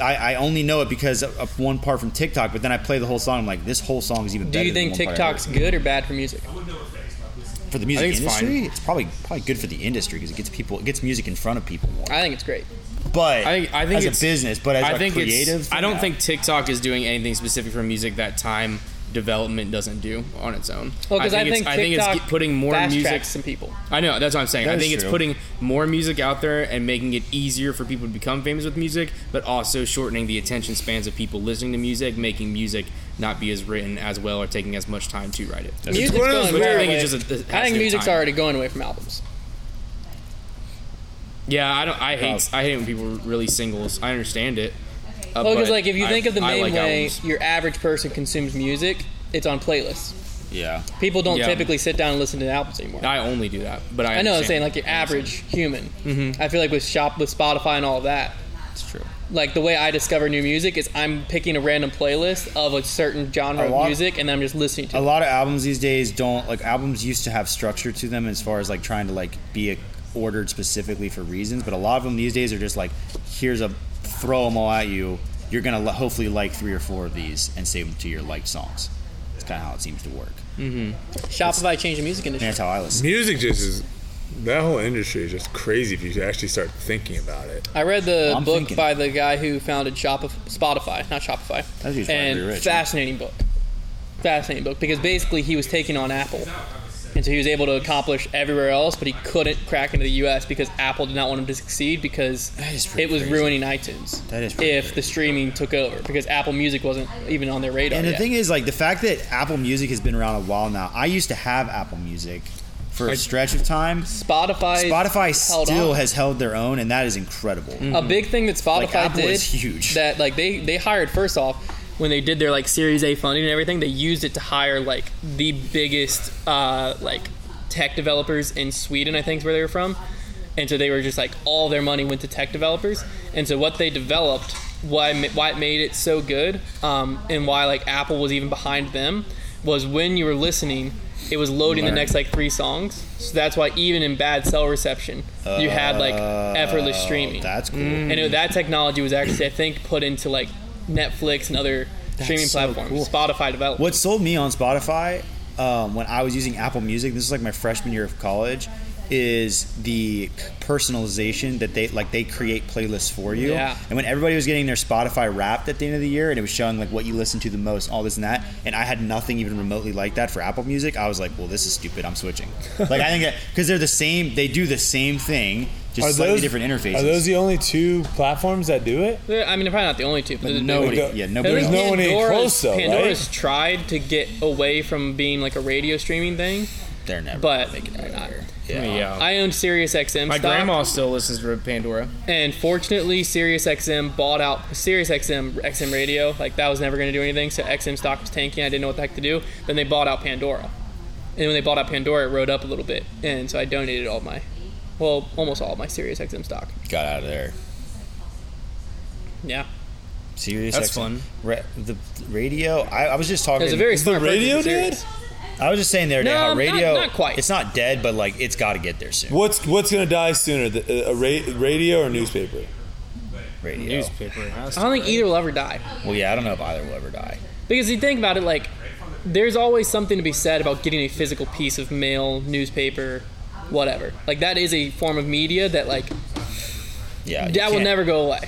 S4: I, I only know it because of of one part from TikTok, but then I play the whole song. I'm like, this whole song is even
S2: Do
S4: better.
S2: you
S4: than
S2: think
S4: one part I heard.
S2: TikTok's good or bad for music?
S4: for the music
S1: I think it's
S4: industry?
S1: fine.
S4: It's probably probably good for the industry because it gets people, it gets music in front of people more.
S2: I think it's great.
S4: But
S1: I, I think
S4: as
S1: it's,
S4: a business, but as
S1: I
S4: a
S1: think it's-
S4: creative,
S1: I don't
S4: yeah.
S1: think TikTok is doing anything specific for music that time development doesn't do on its own.
S2: Well, because I,
S1: it's-
S2: think
S1: I think it's
S2: TikTok
S1: get- putting more
S2: fast
S1: music.
S2: tracks some people.
S1: I know that's what I'm saying.
S4: That
S1: I
S4: is
S1: think it's
S4: true.
S1: putting more music out there and making it easier for people to become famous with music, but also shortening the attention spans of people listening to music, making music not be as written as well or taking as much time to write it.
S2: Music's
S5: one of those
S2: going
S1: which I
S2: way
S1: think
S2: away.
S1: is just a-
S2: I
S1: it has to do
S2: think
S1: with
S2: music's
S1: time.
S2: already going away from albums.
S1: Yeah, I don't. I hate. I hate when people release singles. I understand it. Uh,
S2: Well, because
S1: but
S2: like if you
S1: I-
S2: think of the
S1: I
S2: main
S1: like
S2: way
S1: albums.
S2: your average person consumes music, it's on playlists.
S4: Yeah.
S2: People don't
S1: Yeah.
S2: typically sit down and listen to albums anymore.
S1: I only do that, but I.
S2: I know I'm
S1: understand.
S2: saying like your average human. I feel like with shop with Spotify and all of that,
S4: It's true.
S2: like the way I discover new music is I'm picking a random playlist of a certain genre
S4: A
S2: of
S4: lot-
S2: music and I'm just listening to.
S4: a
S2: it.
S4: lot of albums these days don't like albums used to have structure to them as far as like trying to like be a, ordered specifically for reasons but a lot of them these days are just like here's a throw them all at you you're gonna li- hopefully like three or four of these and save them to your liked songs that's kind of how it seems to work
S2: Shopify changed the music
S4: and
S2: industry.
S4: that's how i listen
S5: Music just is that whole industry is just crazy if you actually start thinking about it.
S2: I read the
S4: I'm
S2: book
S4: thinking.
S2: by the guy who founded Shopif- Spotify, not Shopify.
S4: That dude's probably
S2: and
S4: rich, huh?
S2: fascinating book. Fascinating book because basically he was taking on Apple And so he was able to accomplish everywhere else, but he couldn't crack into the U.S. because Apple did not want him to succeed because
S4: is pretty
S2: it was
S4: crazy.
S2: ruining iTunes.
S4: That is pretty
S2: if the streaming took over because Apple Music wasn't even on their radar.
S4: And the
S2: yet.
S4: thing is, like the fact that Apple Music has been around a while now. I used to have Apple Music for a stretch of time.
S2: Spotify
S4: Spotify
S2: held
S4: still
S2: on.
S4: has held their own, and that is incredible.
S2: a big thing that Spotify
S4: Like, Apple
S2: did
S4: is huge.
S2: that like they they hired first off when they did their like Series A funding and everything they used it to hire like the biggest uh, like tech developers in Sweden I think is where they were from and so they were just like all their money went to tech developers and so what they developed why ma- why it made it so good um, and why like Apple was even behind them was when you were listening it was loading
S4: Learn.
S2: the next like three songs so that's why even in bad cell reception you had like effortless
S4: Oh,
S2: streaming Mm.
S4: That's cool.
S2: I
S5: Mm.
S2: know that technology was actually, I think, put into like Netflix and other streaming
S4: so
S2: platforms.
S4: cool.
S2: Spotify developed.
S4: What sold me on Spotify um, when I was using Apple Music, this is like my freshman year of college, is the personalization that they like they create playlists for you.
S2: Yeah.
S4: And when everybody was getting their Spotify Wrapped at the end of the year, and it was showing like what you listen to the most, all this and that, and I had nothing even remotely like that for Apple Music, I was like, well, this is stupid. I'm switching. like I think that because they're the same, they do the same thing, just slightly different interfaces.
S5: Are those the only two platforms that do it?
S2: Yeah, I mean, they're probably not the only two. But, there's-
S4: nobody,
S5: Like uh, the-
S4: yeah, nobody.
S5: There's
S4: else.
S2: there's-
S5: no one even
S2: Pandora's-
S5: close, though, right?
S2: Pandora's tried to get away from being like a radio streaming thing,
S4: they're never.
S2: but they're not.
S1: Yeah.
S2: I owned SiriusXM.
S1: My
S2: stock,
S1: grandma still listens to Pandora.
S2: and fortunately, SiriusXM bought out SiriusXM XM radio. Like that was never going to do anything. So XM stock was tanking. I didn't know what the heck to do. Then they bought out Pandora, and when they bought out Pandora, it rode up a little bit. And so I donated all my, well, almost all my SiriusXM stock.
S4: got out of there.
S2: Yeah.
S4: Serious.
S1: That's
S4: XM.
S1: fun.
S4: Ra- the radio. I, I was just talking.
S2: It was a very
S5: Is the
S2: smart purchase
S5: radio
S2: of
S5: dead?
S2: Sirius.
S4: I was just saying the other day
S2: No,
S4: how
S2: not-
S4: radio.
S2: not quite.
S4: It's not dead, but like it's got to get there soon.
S5: What's what's gonna die sooner, the, uh, a ra- radio or newspaper?
S4: Radio.
S1: Newspaper.
S2: I don't think either will ever die.
S4: Well, yeah, I don't know if either will ever die.
S2: Because you think about it, like, there's always something to be said about getting a physical piece of mail, newspaper, whatever. Like, that is a form of media that, like,
S4: Yeah, you
S2: that will
S4: can't-
S2: never go away.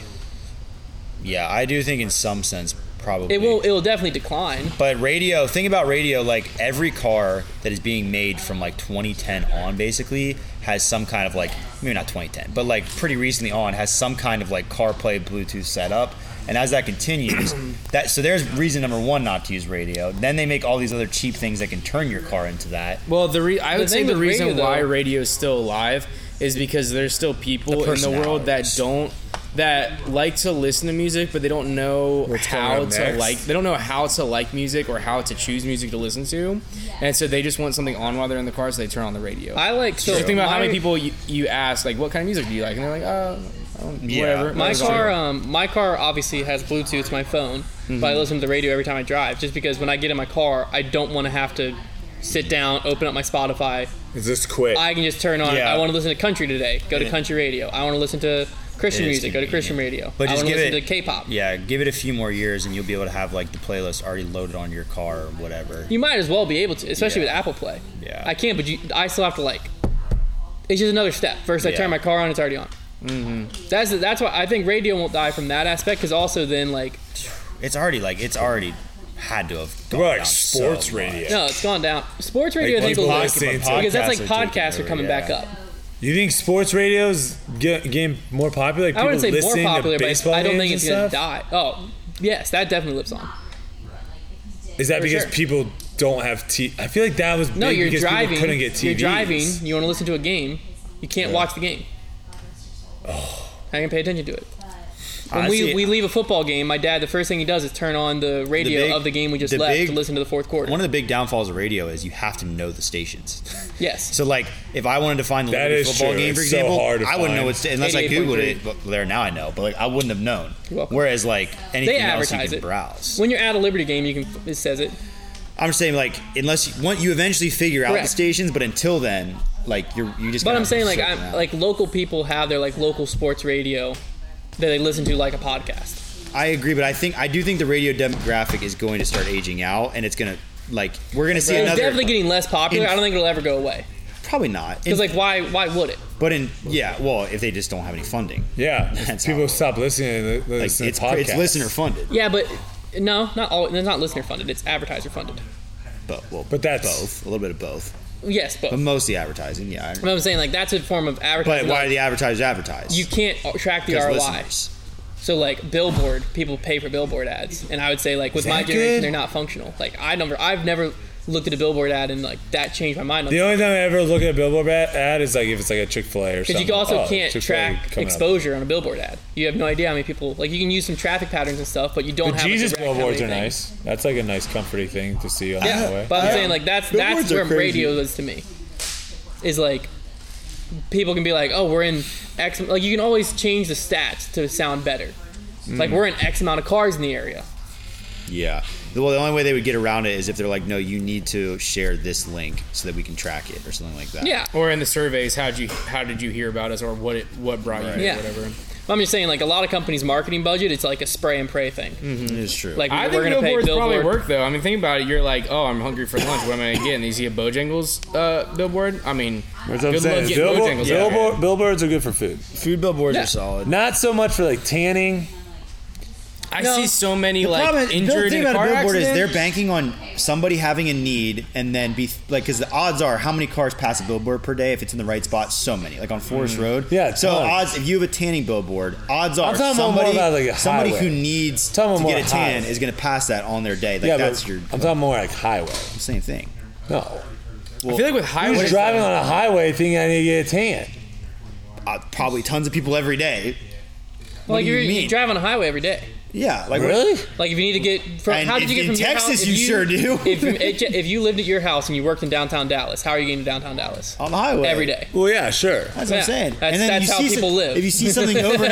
S4: Yeah, I do think in some sense probably
S2: It will, it will definitely decline.
S4: But radio, think about radio. Like every car that is being made from like 2010 on, basically has some kind of like maybe not 2010, but like pretty recently on has some kind of like CarPlay Bluetooth setup. And as that continues, that so there's reason number one not to use radio. Then they make all these other cheap things that can turn your car into that.
S1: Well, the re- I would say
S2: thing
S1: the
S2: with
S1: reason
S2: radio, though-
S1: why radio is still alive is because there's still people
S4: The
S1: in the world that
S4: personalities.
S1: don't that like to listen to music, but they don't know
S4: still
S1: how
S4: on
S1: to
S4: mix.
S1: like. They don't know how to like music or how to choose music to listen to, and so they just want something on while they're in the car, so they turn on the radio.
S2: I, like, so.
S1: Just think about how many
S2: my-
S1: people you, you ask, like, what kind of music do you like? And they're like, uh, I don't-
S4: Yeah.
S1: whatever.
S2: My
S1: Whatever's
S2: car,
S1: on.
S2: um, my car obviously has Bluetooth to my phone, but
S4: Mm-hmm.
S2: I listen to the radio every time I drive. Just because when I get in my car, I don't want to have to sit down, open up my Spotify,
S5: Is this quick?
S2: I can just turn on.
S4: Yeah.
S2: I want to listen to country today. Go to
S4: Yeah.
S2: country radio. I want to listen to Christian
S4: It is
S2: music. Go to Christian
S4: convenient.
S2: radio.
S4: But
S2: I
S4: just
S2: want to
S4: give
S2: listen
S4: it-
S2: to K-pop.
S4: Yeah, give it a few more years and you'll be able to have like the playlist already loaded on your car or whatever.
S2: You might as well be able to, especially
S4: Yeah.
S2: with Apple Play.
S4: Yeah.
S2: I can't, but you, I still have to like. It's just another step. First, I
S4: Yeah.
S2: turn my car on. It's already on. Mm-hmm. That's that's why I think radio won't die from that aspect. Because also then like
S4: It's already like it's already had to have gone
S5: We're like
S4: down
S5: sports
S4: so
S5: radio.
S2: no, it's gone down. Sports radio,
S5: Like
S2: I think, will
S5: people
S2: live
S5: listening to
S2: because that's
S4: podcasts
S2: like
S4: are taking
S2: podcasts are
S4: over,
S2: coming
S4: yeah.
S2: back up.
S5: You think sports radio's get, getting more popular? Like
S2: I wouldn't
S5: people
S2: say more
S5: listening to
S2: popular, but
S5: baseball
S2: I don't
S5: games
S2: think it's
S5: and
S2: gonna
S5: stuff?
S2: die. Oh, yes, that definitely lives on.
S5: Is that
S2: For
S5: because
S2: sure.
S5: people don't have T? I feel like that was
S2: No,
S5: big
S2: you're
S5: because people
S2: driving.
S5: couldn't get TVs.
S2: You're driving. You want to listen to a game. You can't watch the game.
S5: Oh.
S2: I can pay attention to it. When
S4: Honestly,
S2: we, we leave a football game, my dad, the first thing he does is turn on the radio
S4: big-
S2: of the game we just
S4: the
S2: left
S4: big-
S2: to listen to the fourth quarter.
S4: One of the big downfalls of radio is you have to know the stations.
S2: yes.
S4: So like, if I wanted to find the
S5: That
S4: Liberty
S5: is
S4: football
S5: true.
S4: game, for
S5: It's so
S4: example,
S5: hard to
S4: I wouldn't know
S5: find.
S4: what's unless I googled
S2: 88.3.
S4: it. But there now I know, but like I wouldn't have known.
S2: You're welcome.
S4: Whereas like anything
S2: they
S4: else you
S2: advertise
S4: can
S2: it.
S4: browse.
S2: When you're at a Liberty game, you can it says it.
S4: I'm just saying like unless you, once you eventually figure out the
S2: Correct.
S4: stations, but until then, like you're you just.
S2: But
S4: gotta
S2: I'm saying like
S4: search it
S2: I'm
S4: out.
S2: like local people have their like local sports radio that they listen to like a podcast.
S4: I agree, but I think I do think the radio demographic is going to start aging out, and it's gonna like we're gonna see
S2: It's
S4: another.
S2: definitely getting less popular.
S4: in-
S2: I don't think it'll ever go away.
S4: probably not. In-
S2: Because like why why would it?
S4: but in yeah, well, if they just don't have any funding,
S5: Yeah,
S4: That's how
S5: people
S4: it
S5: stop listening to,
S4: like
S5: listen
S4: it's
S5: to podcasts.
S4: it's listener funded.
S2: Yeah, but no, not all. It's not listener funded. It's advertiser funded.
S4: But well,
S5: But that's-
S4: both a little bit of both.
S2: Yes, but,
S4: but
S5: Um,
S4: mostly advertising. Yeah, I understand.
S2: but I'm saying like that's a form of advertising.
S4: But why do
S2: Like,
S4: the advertisers advertise?
S2: you can't track the
S4: 'Cause
S2: ROI.
S4: listeners.
S2: So like billboard, people pay for billboard ads, and I would say like with my
S4: that
S2: generation,
S4: good?
S2: they're not functional. Like I never, I've never looked at a billboard ad and like that changed my mind. on
S5: The
S2: something.
S5: only time I ever look at a billboard ad- ad is like if it's like a Chick Fil A or something.
S2: Because you also
S5: Oh,
S2: can't
S5: Chick-fil-A
S2: track
S5: coming up.
S2: exposure on a billboard ad. You have no idea how many people like you can use some traffic patterns and stuff, but you don't
S5: The
S2: have a
S5: Jesus
S2: direct how many
S5: billboards are
S2: things.
S5: nice. That's like a nice comforting thing to see on the
S2: Yeah,
S5: highway.
S2: but I'm
S4: Yeah.
S2: saying like that's
S4: Billboards
S2: that's
S4: are
S2: where
S4: crazy.
S2: radio is to me. Is like people can be like, oh, we're in X. Like you can always change the stats to sound better.
S4: Mm.
S2: Like we're in X amount of cars in the area.
S4: Yeah. Well, the only way they would get around it is if they're like, no, you need to share this link so that we can track it or something like that.
S2: Yeah,
S1: Or in the surveys, how did you how did you hear about us, or what it, what brought you, here,
S2: Yeah.
S1: whatever.
S2: But I'm just saying like a lot of companies' marketing budget, it's like a spray and pray thing.
S4: It is true.
S2: Like
S1: I
S2: we're
S1: think
S2: gonna pay
S1: billboards probably
S2: billboard.
S1: work though. I mean, think about it. You're like, oh, I'm hungry for lunch. What am I gonna get? And you see a Bojangles uh, billboard. I mean,
S5: That's what I'm
S1: good luck
S5: saying.
S1: getting
S5: Billboard-
S1: Bojangles. out here.
S5: billboard- Billboards are good for food.
S4: food billboards
S2: Yeah.
S4: are solid.
S5: Not so much for like tanning.
S1: I
S2: No.
S1: see so many
S4: The problem
S1: like
S4: is-
S1: injured in car accidents.
S4: is they're banking on somebody having a need and then be like because the odds are how many cars pass a billboard per day if it's in the right spot so many like on Forest Road
S5: Mm. Yeah, it's
S4: so
S5: fun.
S4: odds if you have a tanning billboard odds are
S5: talking about more
S4: somebody
S5: about, like, a
S4: somebody
S5: highway.
S4: who needs to
S5: I'm talking more
S4: get a tan
S5: highway.
S4: is going to pass that on their day like
S5: yeah,
S4: that's
S5: but
S4: your
S5: I'm talking more like highway.
S4: same thing
S5: No,
S1: I feel like with highways,
S5: who's driving on a highway thinking I need to get a tan?
S4: uh, probably tons of people every day
S2: Like
S4: do you
S2: you're, you
S4: mean?
S2: drive on a highway every day.
S4: yeah like
S5: Really?
S2: Like if you need to get from
S4: And
S2: how did
S4: if
S2: you get
S4: in
S2: from your
S4: Texas,
S2: house- if
S4: you sure do.
S2: if, you, if you lived at your house and you worked in downtown Dallas, how are you getting to downtown Dallas
S4: on the highway
S2: every day?
S5: Well, yeah, sure.
S4: That's what
S2: Yeah,
S4: I'm saying.
S2: that's- that's how
S4: see
S2: people
S4: some-
S2: live.
S4: If you see something over,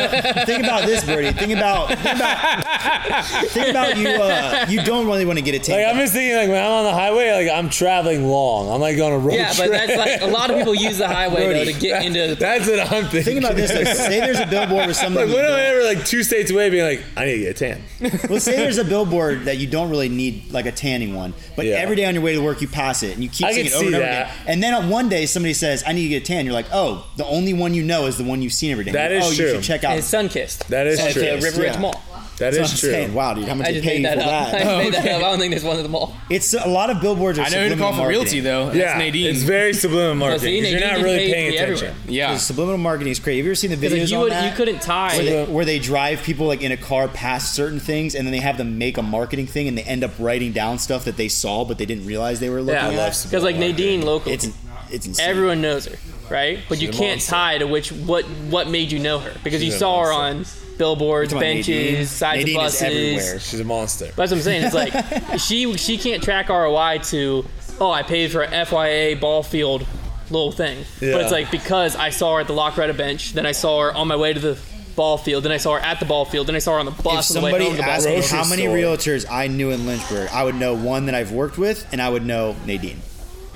S4: think about this, Brady. Think about, think about, think about you. Uh, you don't really want to get a
S5: Like I'm
S4: tan.
S5: just thinking like when I'm on the highway, like I'm traveling long. I'm like on a road
S2: Yeah, but
S5: trip.
S2: that's like a lot of people use the highway though to get into.
S5: that's what I'm thinking.
S4: Think about this. Like, say there's a billboard with something.
S5: Like,
S4: you
S5: when am I
S4: don't-
S5: ever like two states away being like, I need to get a tan?
S4: well, say there's a billboard that you don't really need, like a tanning one. But
S5: Yeah.
S4: every day on your way to work, you pass it and you keep
S5: I
S4: seeing it
S5: can
S4: over and
S5: see
S4: over
S5: that.
S4: again. And then on one day, somebody says, "I need to get a tan." You're like, "Oh, the only one you know is the one you've seen every day."
S5: That
S4: You're like,
S5: is
S4: oh, You
S5: true.
S4: should check out.
S2: It's sun-kissed.
S5: That is
S2: At
S5: true.
S2: the River Ridge
S4: Yeah.
S2: Mall.
S5: That
S4: That's
S5: is
S4: what I'm
S5: true.
S4: saying. Wow, dude, how much
S2: I
S4: they
S2: just
S4: pay
S2: made
S4: you
S2: that
S4: for
S2: up.
S4: that?
S2: I made that up. I don't think there's one at the mall.
S4: It's a lot of billboards. Are
S1: I know who to
S4: subliminal
S1: call for realty
S4: marketing.
S1: though.
S5: Yeah,
S1: That's Nadine.
S5: it's very subliminal
S2: see,
S5: marketing. 'cause You're
S2: Nadine
S5: not
S2: can
S5: really
S2: pay
S5: paying
S2: to
S5: attention.
S1: yeah,
S4: Subliminal marketing is crazy. Have you ever seen the videos
S2: Like you
S4: on
S2: would,
S4: that?
S2: you couldn't tie.
S4: where they, where they drive people like in a car past certain things, and then they have them make a marketing thing, and they end up writing down stuff that they saw but they didn't realize they were looking
S2: yeah,
S4: at.
S2: because like Nadine locally,
S4: it's it's insane.
S2: everyone knows her, right? But you can't tie to which what what made you know her because you saw her on billboards,
S4: Come on,
S2: benches,
S4: Nadine.
S2: sides
S4: Nadine
S2: of
S4: is
S2: buses.
S4: everywhere.
S5: She's a monster.
S2: But that's what I'm saying. It's like she she can't track ROI to oh I paid for a FYA ball field little thing,
S5: Yeah.
S2: but it's like because I saw her at the Lockretta bench, then I saw her on my way to the ball field, then I saw her at the ball field, then I saw her on the
S4: If
S2: bus on the way
S4: somebody
S2: home to the ball
S4: asked
S2: field.
S4: me
S5: Grocery
S4: how many
S5: store.
S4: realtors I knew in Lynchburg, I would know one that I've worked with, and I would know Nadine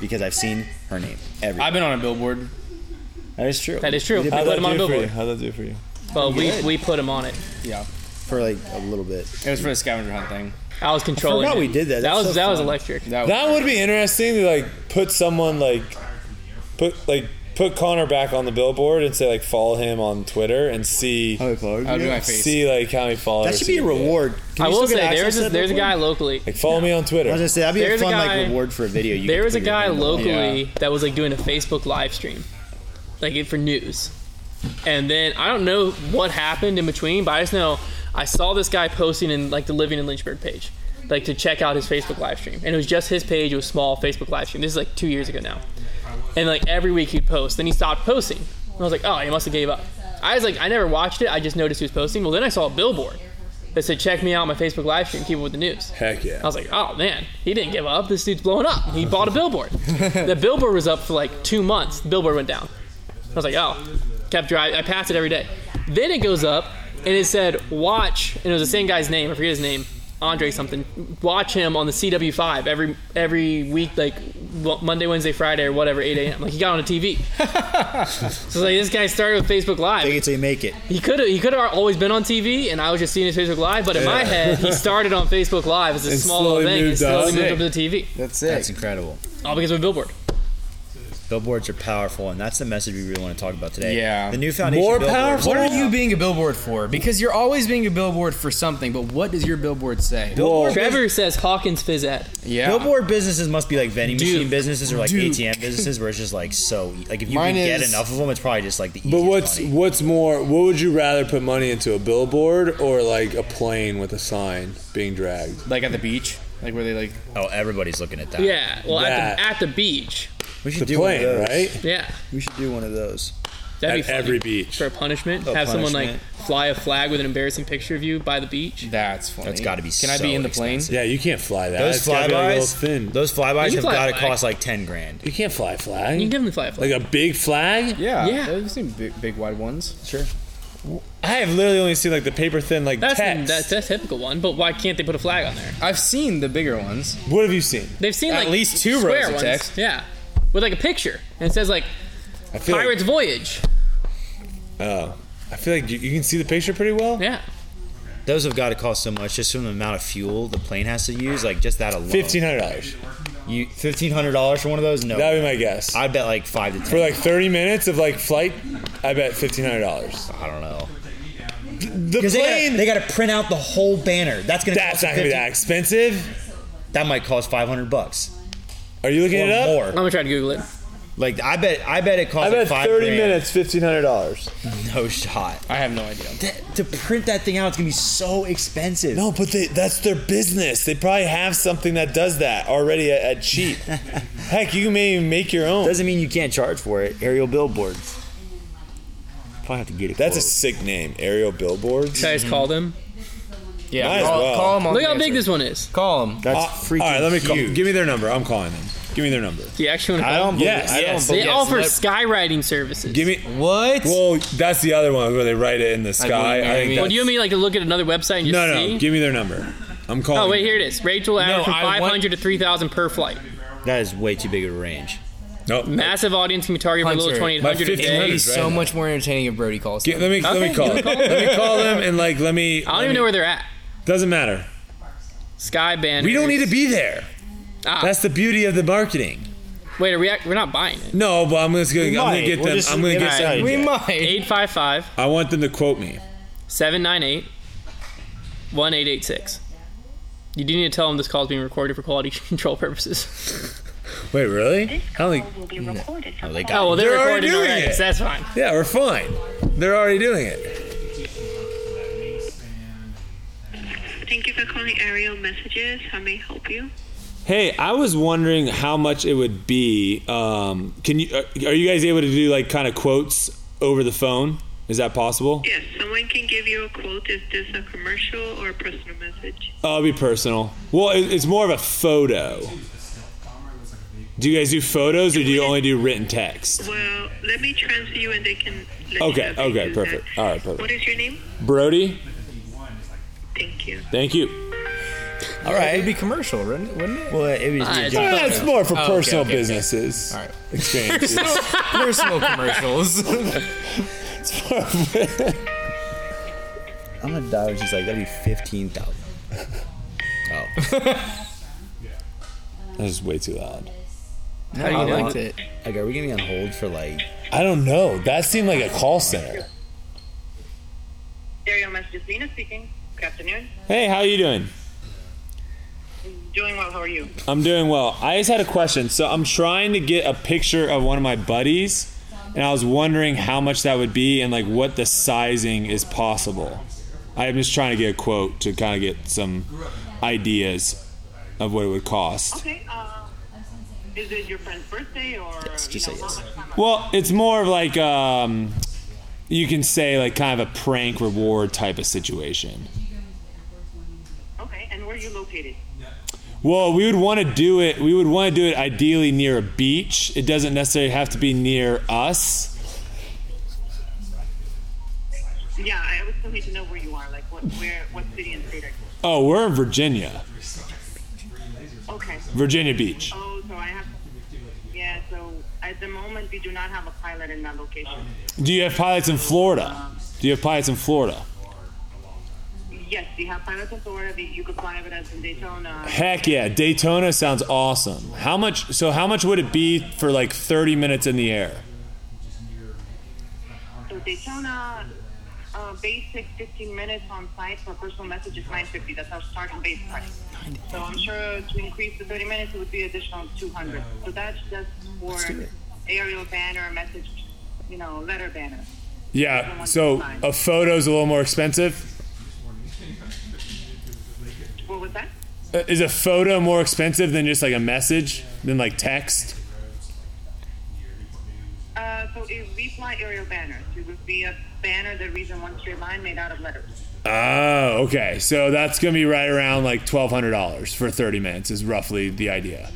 S4: because I've seen her name everywhere.
S1: I've been on a billboard.
S4: That is true.
S2: That is true.
S4: We
S2: We
S4: did
S2: put them on a billboard,
S5: How'd that do for you?
S2: but we, we put them on it.
S1: Yeah,
S4: for like a little bit.
S1: it was for the scavenger hunt thing.
S2: I was controlling.
S4: forgot
S2: it.
S4: we did that.
S2: That
S4: That's
S2: was
S4: so
S2: that was
S4: fun.
S2: electric.
S1: That,
S5: That would be interesting to like put someone like put like put Connor back on the billboard and say like follow him on Twitter and see
S4: Oh, Chloe,
S1: I would do
S4: yeah.
S1: my face.
S5: see like how many followers.
S4: That should be
S5: he
S4: a
S5: can get.
S4: reward. Can
S2: I
S4: you
S2: will
S4: still get
S2: say
S4: access
S2: there's
S4: to
S2: a,
S4: that
S2: there's a
S4: billboard?
S2: guy locally.
S5: Like follow me on Twitter.
S4: I was gonna say that'd be
S2: There's
S4: a
S2: a
S4: fun
S2: guy-
S4: like reward for a video. You
S2: There
S4: could
S2: was a
S4: put your
S2: guy
S4: name on.
S2: locally
S1: Yeah.
S2: that was like doing a Facebook live stream, like it for news. And then I don't know what happened in between, but I just know I saw this guy posting in like the Living in Lynchburg page, like to check out his Facebook live stream. And it was just his page, it was small Facebook live stream. This is like two years ago now. And like every week he'd post, then he stopped posting. And I was like, oh, he must have gave up. I was like, I never watched it. I just noticed he was posting. Well, then I saw a billboard that said, check me out on my Facebook live stream, keep it with the news.
S5: Heck yeah.
S2: I was like, oh man, he didn't give up. This dude's blowing up. He bought a billboard. the billboard was up for like two months. The billboard went down. I was like, oh, kept driving. I passed it every day. Then it goes up and it said, watch, and it was the same guy's name. I forget his name. Andre something. Watch him on the CW5 every every week, like well, Monday, Wednesday, Friday, or whatever, 8 a.m. Like he got on a TV. so like this guy started with Facebook Live.
S4: Fake it till you make it.
S2: He could have he could have always been on TV, and I was just seeing his Facebook Live. But in my head, he started on Facebook Live as a
S5: And
S2: small little
S5: slowly
S2: thing, and
S5: moved up.
S2: slowly moved
S5: Sick.
S2: up to the TV,
S1: that's
S4: That's incredible.
S2: all because of a billboard.
S4: Billboards are powerful, and that's the message we really want to talk about today.
S1: Yeah.
S4: the new foundation.
S5: More
S4: billboards-
S5: powerful?
S4: What
S1: What
S4: are
S1: are you being a billboard for? Because you're always being a billboard for something, but what does your billboard say?
S4: Billboard,
S2: Trevor says Hawkins Phys Ed.
S1: yeah.
S4: Billboard businesses must be like vending
S2: Duke.
S4: machine businesses or like
S1: Duke.
S4: ATM businesses, where it's just like so. e- Like if you
S1: Mine
S4: can get
S1: is-
S4: enough of them, it's probably just like the.
S5: But
S4: easiest
S5: what's
S4: money.
S5: what's more? What would you rather put money into a billboard or like a plane with a sign being dragged?
S1: Like at the beach? Like where they like
S4: Oh, everybody's looking at that.
S2: Yeah, well, at
S5: That.
S2: the, at the beach.
S4: we should
S5: The
S4: do one
S5: plane,
S4: of those.
S5: right?
S2: Yeah,
S4: We should do one of those.
S2: that'd be
S5: At
S2: funny.
S5: every Oh, beach.
S2: for a punishment.
S4: A
S2: have someone like
S4: punishment.
S2: fly a flag with an embarrassing picture of you by the beach.
S1: that's funny.
S4: That's gotta be
S1: Can I
S4: so
S1: be in the plane?
S4: expensive.
S5: Yeah, you can't fly that.
S4: Those
S5: It's gotta be like a little
S4: flybys,
S5: thin.
S4: those flybys
S2: You
S4: have
S2: fly
S4: got to
S2: by.
S4: cost like ten grand.
S5: You can't fly a flag.
S2: You can definitely fly a flag.
S5: like a big flag.
S1: Yeah.
S2: Yeah.
S1: Those seem big, big wide ones.
S5: I have literally only seen like the paper thin like
S2: that's,
S5: text.
S2: that's that's a typical one, but why can't they put a flag on there?
S1: I've seen the bigger ones.
S5: what have you seen?
S2: They've seen
S1: At
S2: like
S1: least two
S2: square
S1: rows of
S2: ones.
S1: text.
S2: Yeah, with like a picture and it says like
S5: I feel
S2: Pirates Voyage.
S5: Like, oh, I feel like you, you can see the picture pretty well.
S2: Yeah,
S4: Those have got to cost so much just from the amount of fuel the plane has to use. Like just that alone.
S5: Fifteen hundred dollars.
S4: You fifteen hundred dollars for one of those? No.
S5: That'd be my guess.
S4: I bet like five to ten.
S5: for like thirty minutes of like flight, I bet fifteen hundred dollars.
S4: I don't know.
S5: The
S4: Because they,
S5: plane.
S4: gotta- they got to print out the whole banner. That's gonna.
S5: that's
S4: cost
S5: not gonna be
S4: 50
S5: that expensive.
S4: That might cost five hundred bucks
S5: Are you looking
S4: or
S5: it up?
S4: more.
S2: I'm gonna try to Google it.
S4: Like I bet, I bet it costs.
S5: I bet
S4: like five
S5: 30
S4: grand.
S5: minutes, $1,500.
S4: No shot.
S1: I have no idea.
S4: That- to print that thing out, it's gonna be so expensive.
S5: No, but they, that's their business. They probably have something that does that already at, at cheap. Heck, you can maybe make your own.
S4: doesn't mean you can't charge for it. Aerial billboards. Probably have to get it.
S5: That's a sick name, Aerial Billboards.
S2: Should I just call them?
S1: Yeah.
S5: Might as
S1: call,
S5: well.
S1: call 'em on
S2: Look
S1: the
S2: how big
S1: answer.
S2: this one is.
S1: Call them.
S4: That's
S5: Uh,
S4: freaking
S5: all right, let me call.
S4: huge.
S5: Give me their number. I'm calling them. Give me their number.
S2: Do you actually want to?
S4: I don't. Believe,
S5: Yes,
S4: I don't
S5: yes.
S2: They
S4: believe-
S2: offer
S4: let-
S2: skywriting services.
S5: Give me
S1: What?
S5: Well, that's the other one where they write it in the sky. I,
S1: wouldn't
S5: think
S1: marry me.
S5: that's-
S2: Well, do you mean like to look at another website and just
S5: No,
S2: see?
S5: no. Give me their number. I'm calling.
S2: oh wait, here it is. Rachel average from
S5: I
S2: 500 to
S5: want-
S2: 3,000 per flight.
S4: That is way too big of a range.
S5: No.
S2: Massive audience can be targeted by a little
S1: Hunter,
S2: 2,800 a
S5: my
S1: It'd
S2: day.
S5: 1,500
S1: be
S5: is right
S1: so
S5: now.
S1: much more entertaining if Brody calls.
S5: Get- let me let
S2: Okay.
S5: me call.
S2: You wanna call?
S5: let me call them and like let me.
S2: I don't even know where they're at.
S5: Doesn't matter.
S2: Sky banners.
S5: We don't need to be there.
S2: Ah.
S5: That's the beauty of the marketing.
S2: Wait, are we act- we're not buying it.
S5: No, but I'm just gonna. I'm
S4: might.
S5: gonna get
S4: We'll
S5: them.
S4: just
S5: I'm gonna
S4: give
S5: get
S4: it
S5: them.
S4: to
S1: We
S4: Yeah.
S1: might.
S2: 855
S5: I want them to quote me.
S2: 798 1886. You do need to tell them this call is being recorded for quality control purposes.
S5: Wait, really?
S6: This
S5: I
S6: call
S5: don't think.
S6: will be recorded for
S4: they
S2: Oh,
S6: quality.
S2: well, they're,
S5: They're already
S2: recording
S5: doing
S2: already,
S5: it.
S2: so that's fine.
S5: Yeah, we're fine. They're already doing it.
S7: Thank you for calling Aerial Messages. How may I help you?
S5: Hey, I was wondering how much it would be. Um, can you are, are you guys able to do like kind of quotes over the phone? Is that possible?
S7: Yes, someone can give you a quote. Is this a commercial or a personal message?
S5: Oh, it'll be personal. Well, it, it's more of a photo. Do you guys do photos or do you only do written text?
S7: Well, let me transfer you and they can. Let
S5: Okay,
S7: You know if they
S5: okay,
S7: do
S5: perfect.
S7: that.
S5: All right, perfect.
S7: What is your name?
S5: Brody,
S7: Thank you.
S5: thank you.
S1: All right. It'd be commercial, wouldn't it? Wouldn't it?
S4: Well, it would just be
S2: Ah,
S4: a
S2: it's
S4: job.
S2: not-
S5: That's more for
S1: okay,
S5: personal
S1: okay, okay.
S5: businesses.
S1: All right.
S5: Experiences.
S1: Personal commercials.
S4: I'm gonna die. when She's like, that'd be fifteen thousand. Oh,
S5: That's just way too loud.
S1: How do you liked it?
S4: like, are we gonna be on hold for like?
S5: I don't know. That seemed like a call center.
S7: Aerial Messages, Nina speaking. Good afternoon.
S5: Hey, how you doing?
S7: Doing well. How are you?
S5: I'm doing well. I just had a question. So I'm trying to get a picture of one of my buddies, and I was wondering how much that would be and like what the sizing is possible. I'm just trying to get a quote to kind of get some ideas of what it would cost.
S7: Okay. Uh, is it your friend's birthday or?
S4: Yes, just
S7: you
S4: say
S7: know,
S4: yes.
S7: how much time-
S5: Well, it's more of like um, you can say like kind of a prank reward type of situation.
S7: Okay, and where are you located?
S5: Well, we would want to do it. We would want to do it ideally near a beach. It doesn't necessarily have to be near us.
S7: Yeah, I would still need to know where you are. Like, what, where, what city and state are you?
S5: Oh, we're in Virginia,
S7: Okay.
S5: Virginia Beach.
S7: Oh, so I have. Yeah, so at the moment we do not have a pilot in that location.
S5: Do you have pilots in Florida? Do you have pilots in Florida?
S7: Yes, you have pilots in Florida. that You could fly with us in Daytona.
S5: Heck yeah, Daytona sounds awesome. How much? So how much would it be for like 30 minutes in the air?
S7: So Daytona, uh, basic 15 minutes on site for personal message is 950. That's our starting base price. So I'm sure to increase the 30 minutes, it would be additional 200. So that's just for aerial banner, message, you know, letter banner.
S5: Yeah. So a photo's a little more expensive.
S7: What was that?
S5: Uh, Is a photo more expensive than just like a message than like text?
S7: Uh, so if we fly aerial banners, it would be a banner that reads in one straight line made out of letters.
S5: Oh, okay. So that's gonna be right around like twelve hundred dollars for thirty minutes is roughly the idea.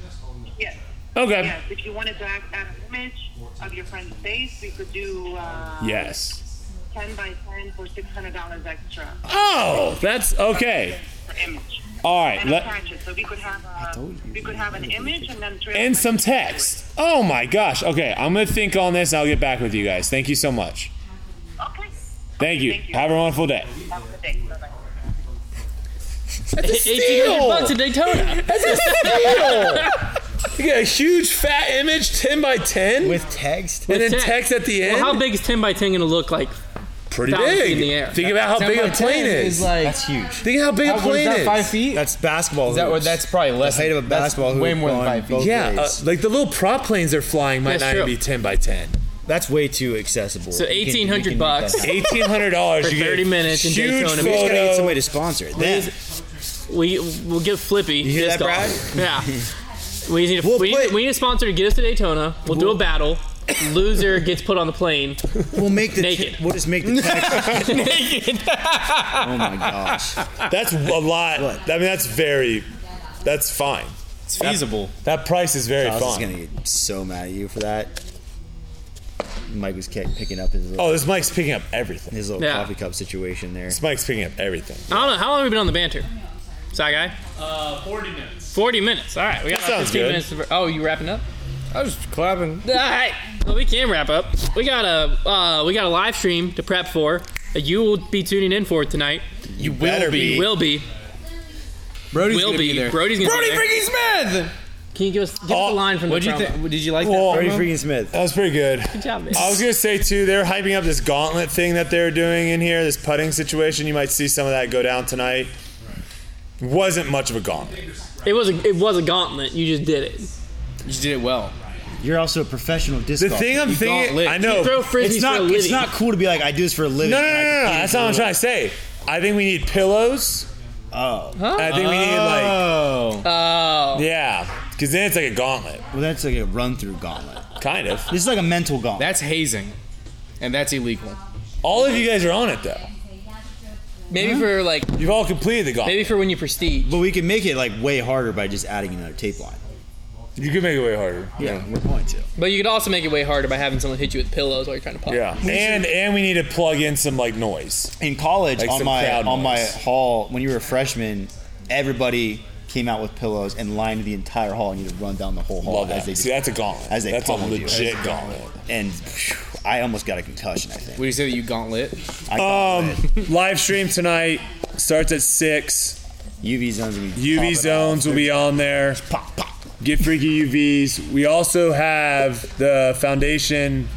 S7: Yes.
S5: Okay.
S7: Yes. If you wanted to add, add an image of your friend's face, we could do uh,
S5: Yes.
S7: 10 by 10 for $600 extra
S5: Oh, that's okay.
S7: for image.
S5: All right.
S7: and
S5: Let,
S7: attach it. So we could have a, we could have an image and then trade
S5: and some text. Oh my gosh. Okay, I'm gonna think on this. And I'll get back with you guys. Thank you so much.
S7: Okay.
S5: Thank you.
S7: Thank you.
S5: Have a wonderful day.
S7: Have a good day. Bye bye.
S2: It's bucks in Daytona.
S6: You got a huge fat image, 10 by 10,
S4: With text?
S6: and then
S2: text.
S6: text. at the
S2: Well,
S6: end.
S2: how big is 10 by 10 going to look like?
S6: Pretty
S2: thousand
S6: big.
S2: feet in the air?
S6: Think about how big a plane is.
S8: like
S4: That's huge.
S6: Think how big a
S8: how- what is
S6: plane
S8: that,
S6: is.
S8: five feet?
S4: That's basketball.
S8: Is that what?
S4: hoops.
S8: That's probably less.
S4: height of a
S8: that's
S4: basketball hoop
S8: Way more than
S4: on
S8: five
S4: both-
S8: feet.
S6: Yeah, uh,
S4: Ways.
S6: like the little prop planes they're flying might
S2: That's
S6: not
S2: true.
S6: even be 10 by 10.
S4: That's way too accessible.
S2: So
S4: You can- you
S2: 1,800
S4: can make
S2: bucks.
S4: that happen.
S5: Eighteen hundred dollars
S2: For 30 minutes in
S5: huge
S2: Daytona.
S4: We just gotta get
S5: photo.
S4: somebody to sponsor it. Then
S2: We we'll give Flippy. You
S4: hear that,
S2: Yeah. We need, a,
S4: We'll
S2: we,
S4: play-
S2: need, we need a sponsor to get us to Daytona. We'll, do a battle. Loser gets put on the plane.
S4: we'll make the.
S2: Naked.
S4: we'll just make the text.
S2: Naked.
S4: oh my gosh.
S5: That's a lot. I mean, that's very. That's fine.
S1: It's feasible.
S5: That price is very
S4: Miles is
S5: fine.
S4: gonna get so mad at you for that. Mike was kick, picking up his little,
S5: Oh, this Mike's picking up everything.
S4: his little
S2: Yeah.
S4: coffee cup situation there.
S5: This Mike's picking up everything.
S2: I don't know. How long have we been on the banter? Sci guy?
S3: Uh, 40 minutes.
S2: 40 minutes. All right. We got
S5: That
S2: about
S5: sounds
S2: 15
S5: good.
S2: minutes. To, oh, you wrapping up?
S8: I was clapping.
S2: All right. Well, we can wrap up. We got a uh, we got a live stream to prep for. that You will be tuning in for tonight.
S5: You will
S2: You will be.
S8: Brody's
S2: will
S8: gonna
S2: be.
S8: be there.
S2: Brody's gonna
S8: Brody
S2: be there.
S8: freaking Smith.
S2: Can you give us, give us
S5: Oh,
S2: a line from
S8: What
S2: the
S8: did you
S2: promo?
S8: think? Did you like
S5: Well,
S8: that?
S4: Brody
S8: promo?
S4: freaking Smith.
S5: That was pretty good.
S2: Good job, man.
S5: I was gonna say too, they were hyping up this gauntlet thing that they were doing in here, this putting situation. You might see some of that go down tonight. Wasn't much of a gauntlet.
S2: It was a, it was a gauntlet. You just did it.
S8: You just did it well.
S4: You're also a professional disc
S5: The
S4: golfer.
S5: thing I'm thinking,
S8: gauntlet.
S5: I know,
S2: Throw frisbees
S4: it's not.
S2: for a living.
S4: It's not cool to be like I do this for a living.
S5: No, no,
S4: and
S5: no,
S4: I
S5: no, no.
S4: compete
S5: That's
S4: for
S5: not
S4: a
S5: what I'm
S4: living.
S5: trying to say. I think we need pillows.
S4: Oh,
S5: I think we need like
S4: oh.
S2: Oh,
S5: yeah, because then it's like a gauntlet,
S4: Well, that's like a run through gauntlet.
S5: kind of.
S4: This is like a mental gauntlet.
S8: That's hazing, and that's illegal.
S5: All of you guys are on it though.
S2: maybe for like
S5: You've all completed the gauntlet.
S2: maybe for when you prestige.
S4: but we can make it like way harder by just adding another tape line.
S5: You can make it way harder.
S4: Yeah, we're going to.
S2: But you could also make it way harder by having someone hit you with pillows while you're trying to pop.
S5: Yeah, and and we need to plug in some like noise.
S4: in college
S5: Like
S4: on
S5: some
S4: my
S5: crowd
S4: on my
S5: noise.
S4: hall when you were a freshman, everybody came out with pillows and lined the entire hall and you had to run down the whole hall
S5: Love
S4: Oh, as
S5: that.
S4: they
S5: See, that's a gauntlet.
S4: as they
S5: that's a
S4: pummeled you.
S5: legit gauntlet.
S4: and phew, I almost got a concussion. I think.
S8: What do you say that you gauntlet?
S4: I got
S5: Um,
S4: it.
S5: live stream tonight starts at six.
S4: UV zones. will be popping
S5: UV zones will
S4: off.
S5: be on there.
S4: Pop, pop.
S5: Get freaky UVs. We also have the foundation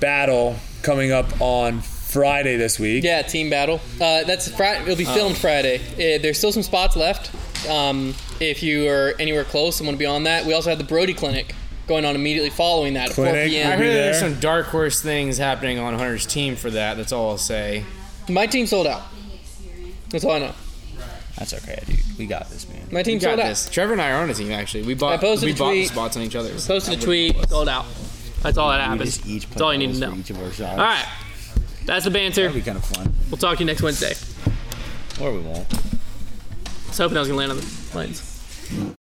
S5: battle coming up on Friday this week.
S2: Yeah, team battle. Uh, that's Friday. It'll be filmed Friday. Uh, there's still some spots left. Um, if you are anywhere close and want to be on that, we also have the Brody Clinic going on immediately following that at 4
S5: Clinic.
S2: p.m.
S5: I
S8: I
S5: heard
S8: heard
S5: there.
S8: there's some dark horse things happening on Hunter's team for that. That's all I'll say.
S2: My team sold out. That's all I know.
S4: That's okay, dude. We got this, man.
S2: My team
S8: You got
S2: sold out.
S8: this. Trevor and I are on a team actually. We bought
S2: I posted
S8: we
S2: a
S8: bought the
S2: tweet.
S8: spots on each other.
S2: Posted a
S8: That
S2: tweet,
S8: was-
S2: sold out. That's all that
S4: We
S2: happens.
S4: just each
S2: That's all you need to
S4: put
S2: know.
S4: pillows for Each of our sides.
S2: All right, that's the banter.
S4: That'd be kind of fun,
S2: We'll talk to you next Wednesday.
S4: or we won't.
S2: I was hoping I was gonna land on the planes.